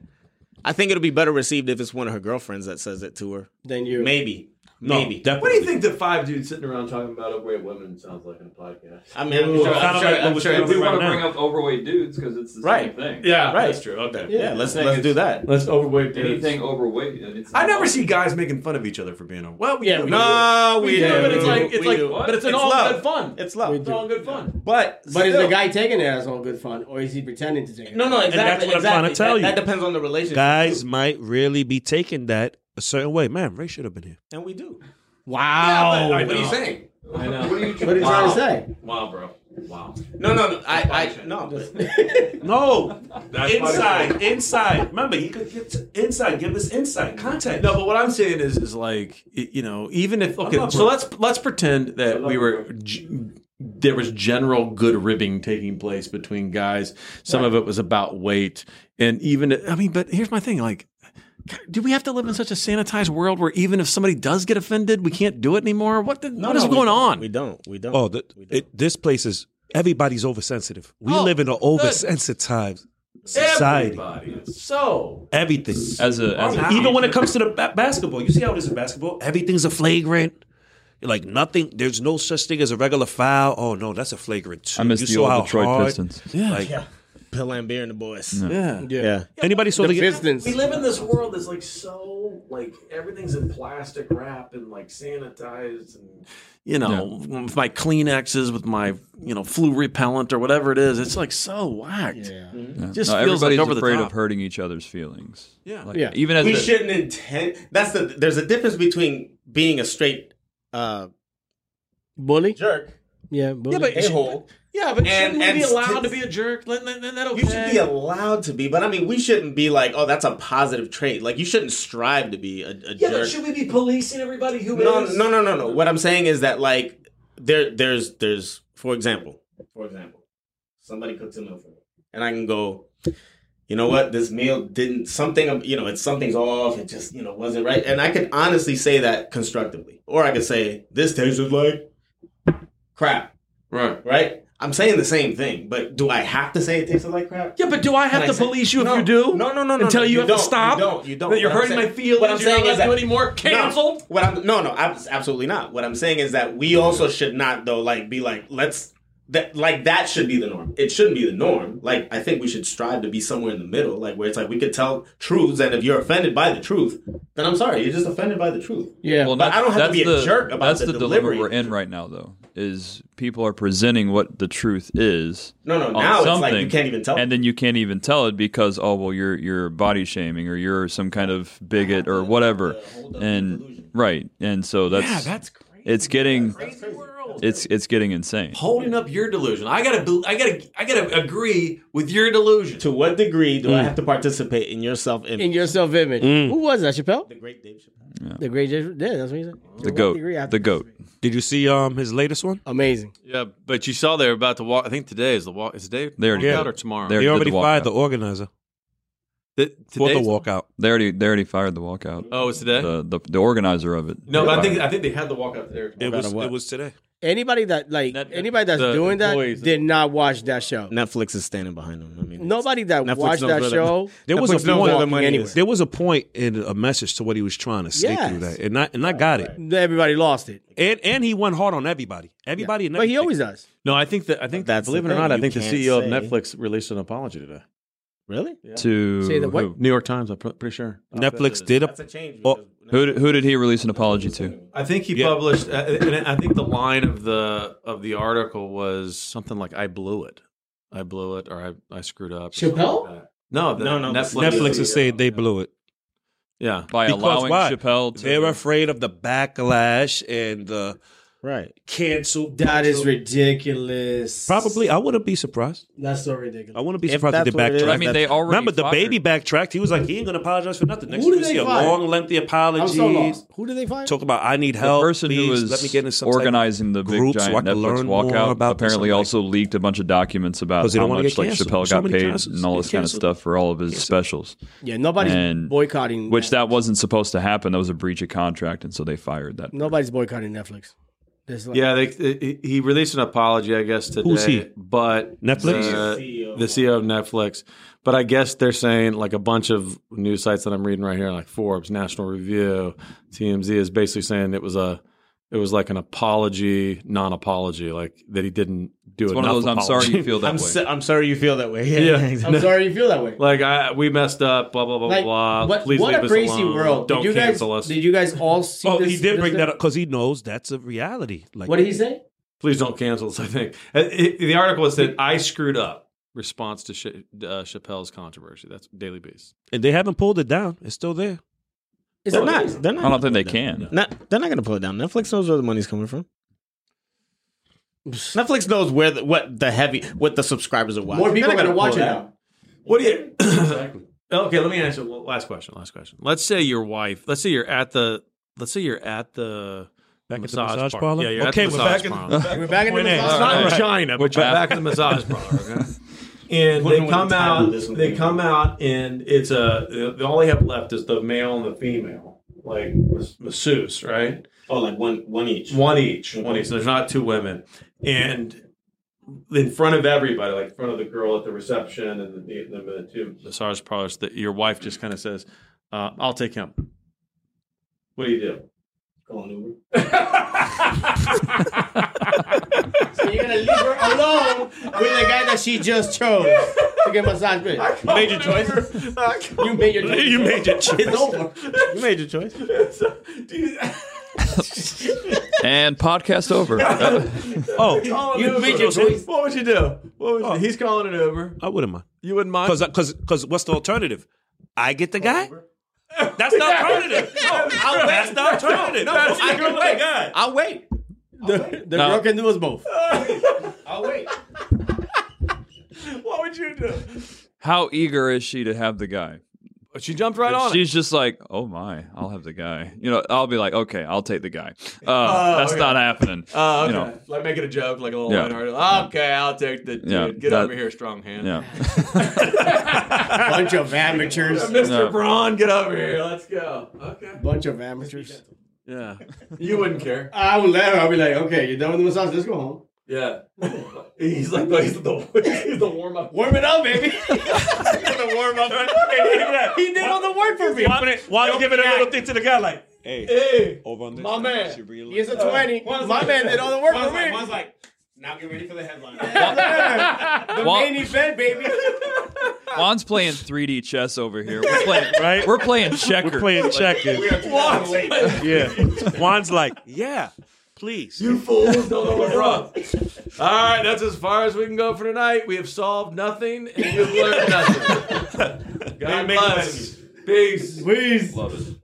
S4: I think it'll be better received if it's one of her girlfriends that says it to her.
S2: Then you.
S4: Maybe,
S5: no,
S4: maybe.
S1: What do you
S5: definitely.
S1: think the five dudes sitting around talking about overweight women sounds like in a podcast?
S4: I mean, I'm sure,
S5: Kind
S4: I'm sure,
S5: of like what
S4: I'm
S5: was
S4: sure
S5: going
S4: it's-
S15: we
S5: Right
S15: want to
S5: now.
S15: bring up overweight dudes because it's the
S4: Right.
S15: same thing.
S1: Yeah,
S4: Right.
S1: that's true. Okay.
S4: yeah. Let's let's do that.
S1: Let's overweight dudes.
S15: Anything overweight, it's
S7: I never see guys making fun of each other for being a well. We
S2: Yeah,
S7: do.
S2: we
S4: No, we, do.
S7: yeah, but it's
S4: We
S7: like
S4: do.
S7: it's
S4: We
S7: like,
S4: do.
S7: but it's an
S4: It's
S7: all
S4: love.
S7: good fun.
S4: It's love.
S2: We
S7: It's
S2: do.
S7: all good fun.
S4: But
S2: But is
S4: still-
S2: the guy taking it as all good fun, or is he pretending to take it?
S4: No, no, exactly.
S5: that's what I'm
S4: exactly.
S5: trying to tell
S4: that,
S5: you.
S4: That depends on the relationship.
S5: Guys might really be taking that a certain way. Man, Ray should have been here.
S4: and we do.
S2: Wow.
S4: what are you saying?
S1: I know.
S15: What are you
S2: what are you
S1: Wow.
S2: trying to say?
S1: Wow, bro. Wow.
S4: No, no, no. I, I no. but-
S5: No,
S1: That's
S5: inside, inside. Remember, he could get to inside. Give us insight, context.
S7: No, but what I'm saying is, is like y- you know, even if okay,
S5: love
S7: so
S5: her.
S7: let's let's pretend that we were g- there was general good ribbing taking place between guys. Some of it was about weight, and even I mean, but here's my thing: like, do we have to live in such a sanitized world where even if somebody does get offended, we can't do it anymore? What the, what is
S4: no, we-
S7: going on?
S4: We don't. We don't.
S5: Oh, the, it, this place is everybody's oversensitive. We
S7: Oh,
S5: live in an
S7: good.
S5: oversensitized society.
S7: so
S5: Everything.
S3: As a, as a
S5: Even when it comes to the ba- basketball, you see how it is in basketball. Everything's a flagrant. Like nothing. There's no such thing as a regular foul. Oh no, that's a flagrant too.
S3: I miss
S5: you
S3: the
S5: saw how
S3: old Detroit
S5: hard-
S3: Pistons.
S5: Like,
S4: Bill Lambier and the boys.
S7: yeah,
S4: Yeah.
S5: Anybody saw the,
S1: We live in this world that's like so like everything's in plastic wrap and like sanitized and
S7: you know, with my Kleenexes, with my you know flu repellent or whatever it is, it's like so whacked.
S3: Yeah.
S7: Just
S3: No,
S7: feels like
S3: everybody's
S7: over the
S3: afraid
S7: top.
S3: of hurting each other's feelings.
S7: Yeah.
S3: Like,
S2: Yeah.
S3: Even as
S4: we
S3: the-
S4: shouldn't intend. That's the. There's a difference between being a straight uh,
S2: Bully?
S4: jerk
S2: Yeah, bully.
S7: Yeah, but
S4: a hole.
S7: Yeah, but
S4: And-
S7: shouldn't we
S4: and
S7: be allowed
S4: st-
S7: to be a jerk? Let, let, let that okay.
S4: You should be allowed to be, but I mean, we shouldn't be like, oh, that's a positive trait. Like, you shouldn't strive to be a, a
S1: Yeah,
S4: jerk.
S1: but should we be policing everybody who
S4: no,
S1: is-
S4: no, no, no, no. What I'm saying is that like there, there's, there's, for example,
S6: For example, somebody cooks a meal for me.
S4: and I can go, you know what, this meal didn't something, you know, it's something's off. It just, you know, wasn't right. And I could honestly say that constructively, or I could say this tasted like crap.
S7: Right.
S4: Right. I'm saying the same thing, but do I have to say it tasted like crap?
S7: Yeah, but do I have
S4: Can I
S7: to
S4: say-
S7: police you
S4: No,
S7: if you do?
S4: No, no, no, no.
S7: And tell
S4: no,
S7: you, have
S4: don't,
S7: to stop.
S4: You don't. You don't.
S7: That you're
S4: What I'm
S7: hurting
S4: saying-
S7: my feelings.
S4: What I'm
S7: you're
S4: saying
S7: not
S4: is that,
S7: allowed to do anymore. Cancel.
S4: No, what I'm no, no, abs- absolutely not. What I'm saying is that we also should not though, like, be like, let's that like that should be the norm. It shouldn't be the norm. Like, I think we should strive to be somewhere in the middle, like where it's like we could tell truths, and if you're offended by the truth, then I'm sorry, you're just offended by the truth.
S2: Yeah.
S4: But I don't have to be a jerk about
S3: That's
S4: the
S3: the, dilemma
S4: delivery.
S3: we're in right now, though. Is people are presenting what the truth is.
S4: No, no,
S3: on
S4: now it's like
S3: something,
S4: you can't even tell.
S3: and then you can't even tell it because oh well, you're you're body shaming or you're some kind of bigot or whatever, and right, and so that's
S7: Yeah, that's crazy.
S3: it's getting
S7: Crazy world.
S3: it's it's getting insane.
S16: Holding up your delusion. I gotta, bel- I gotta, I gotta agree with your delusion.
S4: to what degree do I have to participate in yourself?
S2: In your self image.
S3: Mm.
S2: Who was that, Chappelle?
S4: the great Dave Chappelle.
S2: The great Jesuit. Yeah, that's what he said.
S3: The goat, the goat.
S1: Did you see um his latest one?
S2: Amazing.
S7: Yeah, but you saw they're about to walk. I think today is the walk. Is today
S3: They already
S7: walkout
S3: did.
S7: or tomorrow?
S3: They
S1: He
S3: did
S1: already
S3: the
S1: fired
S3: walkout.
S1: the organizer
S7: Th-
S1: for the
S7: today's-
S1: walkout.
S3: They already they already fired the walkout.
S7: Oh, it's today.
S3: The, the the organizer of it.
S7: no, but I think I think they had the walkout there.
S1: It was it was today.
S2: Anybody that like
S7: That-
S2: anybody that's
S7: the
S2: doing that
S7: employees-
S2: did not watch that show.
S4: Netflix is standing behind him. I mean,
S2: Nobody that
S4: Netflix
S2: watched
S4: knows
S2: that
S4: where the-
S2: show.
S1: There was
S4: Netflix
S1: a
S4: knows where the
S1: point.
S4: money is.
S1: There was a point in a message to what he was trying to say
S2: Yes.
S1: through that, and I and I got it.
S2: Everybody lost it,
S1: And and he went hard on everybody, everybody, and
S2: but he
S1: everything.
S2: always does.
S7: No, I think that I think
S4: That's
S7: believe
S4: the
S7: it or
S4: thing,
S7: not, I
S4: you
S7: think the
S4: can't
S7: CEO of
S4: say.
S7: Netflix released an apology today.
S4: really
S3: to
S2: Say the what?
S3: who?
S7: New York Times, I'm pr- pretty sure.
S1: Netflix did a
S4: that's a change.
S1: Oh.
S4: because-
S3: Who did, who did he release an apology to?
S7: I think he
S1: Yeah.
S7: published, uh, and I think the line of the of the article was something like "I blew it, I blew it," or "I I screwed up." or something
S2: Chappelle?
S7: like that. No, the
S4: No, no,
S7: Netflix.
S1: Netflix is saying they blew it.
S7: Yeah,
S3: By
S1: Because
S3: allowing
S1: why?
S3: Chappelle to
S1: They're afraid of the backlash and the
S4: Right.
S1: cancel.
S2: That is
S1: culture.
S2: ridiculous.
S1: probably. I wouldn't be surprised.
S2: that's so
S1: I
S2: ridiculous.
S1: wouldn't be
S4: If
S1: surprised if they
S4: that's what it is,
S1: backtracked.
S3: I mean, they already
S1: Remember, the
S3: fired-
S1: baby backtracked. He was like, he ain't gonna apologize for nothing. Next
S2: Who
S1: week,
S2: did
S1: we
S2: they
S1: see a
S2: fire?
S1: long, lengthy
S2: I'm
S1: apology.
S2: so lost. Who did they fire?
S1: Talk about I need
S3: The
S1: help.
S3: person
S1: please.
S3: who was
S1: let me get in some type of-
S3: organizing the big
S1: group so
S3: giant
S1: I can
S3: Netflix
S1: learn more
S3: walkout
S1: about this.
S3: apparently
S1: I'm like-
S3: also leaked a bunch of documents about
S1: 'Cause they
S3: how
S1: don't wanna
S3: much
S1: get
S3: like
S1: canceled.
S3: Chappelle
S1: So
S3: got
S1: many
S3: paid
S1: cancels.
S3: and all this
S1: Get
S3: kind of
S1: canceled.
S3: stuff for all of his specials,
S2: yeah, nobody's
S3: And-
S2: boycotting.
S3: which that wasn't supposed to happen. That was a breach of contract, and so they fired that.
S2: nobody's boycotting Netflix. There's like,
S7: yeah. They, he- he released an apology, I guess today.
S1: Who's he?
S7: But
S1: Netflix?
S7: the-
S2: E
S4: CEO.
S7: the CEO of Netflix. But I guess they're saying like a bunch of news sites that I'm reading right here, like Forbes, National Review, TMZ, is basically saying it was a, it was like an apology, non-apology, like that he didn't do
S3: It's
S7: enough
S3: one of those. I'm
S7: apology.
S3: sorry you feel that
S4: I'm,
S3: way.
S4: so, I'm sorry you feel that way.
S7: Yeah.
S2: I'm sorry you feel that way.
S7: Like I, we messed up. Blah blah blah
S2: Like,
S7: blah.
S1: Uh,
S2: what,
S7: Please
S2: what
S7: leave
S2: a
S7: us
S2: crazy
S7: alone.
S2: world!
S7: Don't
S2: did you
S7: cancel
S2: guys,
S7: us.
S2: Did you guys all see?
S1: Oh,
S2: this,
S1: he did
S2: this
S1: bring
S2: thing?
S1: that up because he knows that's a reality. Like,
S2: What did he say?
S7: Please don't cancel us. I think Uh, it- the article said I screwed up. Response to Ch- uh, Chappelle's controversy. That's Daily Beast.
S1: and they haven't pulled it down. It's still there.
S2: Is
S4: They're
S2: it-
S4: not. They're not.
S3: I don't think they can.
S4: Not, they're not going to pull it down. Netflix knows where the money's coming from. Netflix knows where the, what the heavy what the subscribers are watching.
S2: More people
S4: They're
S2: are gonna
S4: not pull
S2: watch it
S4: that.
S2: now.
S7: What do you? Okay, let me answer. well, Last question. Last question. Let's say your wife. Let's say you're at the. Let's say you're at the
S1: Back at the
S7: massage,
S1: massage
S7: parlor.
S1: parlor?
S7: Yeah, you're
S1: Okay,
S7: at the
S1: we're
S7: massage
S1: back at-
S7: parlor.
S2: We're back in the
S1: Point A.
S7: It's
S2: massage.
S7: not
S1: All right.
S7: China, but
S3: Which
S7: we're back
S3: app?
S7: at the massage parlor. Okay? And
S4: Wondering
S7: they
S4: what
S7: come
S4: the title
S7: out.
S4: of this one's
S7: They
S4: gonna
S7: come
S4: be.
S7: out, and it's a. the- the- All they have left is the male and the female, like mas- masseuse, right?
S4: Oh, like one one each.
S7: One each. One each. There's not two women. And in front of everybody, like in front of the girl at the reception and the, the, the two massage parlors, that your wife just kind of says, uh, I'll take him. What do you do?
S4: Call an Uber.
S2: So you're gonna leave her alone with the guy that she just chose to get massage with.
S4: Made your
S7: Oh,
S4: choice.
S2: You made your choice.
S1: You made your choice.
S2: It's over.
S4: you made your choice.
S3: And podcast over. Uh,
S1: Oh,
S2: You made your choice.
S7: What would you do? What would you- He's calling it over.
S1: I wouldn't mind.
S7: You wouldn't mind?
S1: Because because because what's the alternative? I get the guy. That's the alternative. No, I'll, that's the alternative. No, I get the guy.
S4: I'll wait.
S2: The, the
S3: No.
S2: girl can do us both.
S4: I'll wait.
S1: What would you do?
S3: how eager is she to have the guy?
S15: She jumped right
S3: And
S15: on
S3: She's just like, oh my, I'll have the guy. You know, I'll be like, okay, I'll take the guy. Uh,
S15: Oh,
S3: that's
S15: okay.
S3: not happening.
S15: it. Uh, okay.
S3: You know,
S15: Like making a joke, like a little
S3: Yeah.
S15: lighthearted. Oh, Okay, I'll take the dude.
S3: Yeah,
S15: Get
S3: that-
S15: over here, strong hand.
S3: yeah.
S2: Bunch of amateurs.
S15: Mr.
S3: No.
S15: Braun, get over here. Let's go.
S7: Okay.
S2: Bunch of amateurs.
S15: Yeah.
S7: You wouldn't care.
S2: I would laugh. I'd be like, okay, you're done with the massage. Let's go home.
S7: Yeah. He's like the, he's the, he's the warm up.
S2: Warm it up, baby.
S1: the warm up. He
S2: he did all the work for me.
S1: Why you giving a little thing to the guy like,
S7: Hey,
S1: over on this?
S2: My man.
S1: She really-
S2: He's a 20. My man did all the work for me.
S17: like, now get ready for the headline.
S2: the
S3: Wa-
S2: main event, baby.
S3: Juan's playing 3D chess over here. We're playing,
S1: Right?
S3: We're playing checker.
S1: We're playing checkers. yeah. Juan's like, yeah, please.
S7: you fools don't know what's wrong.
S15: All right, that's as far as we can go for tonight. We have solved nothing, and you've learned nothing. God
S1: Make- make
S15: bless. Peace.
S2: Please.
S18: Love it.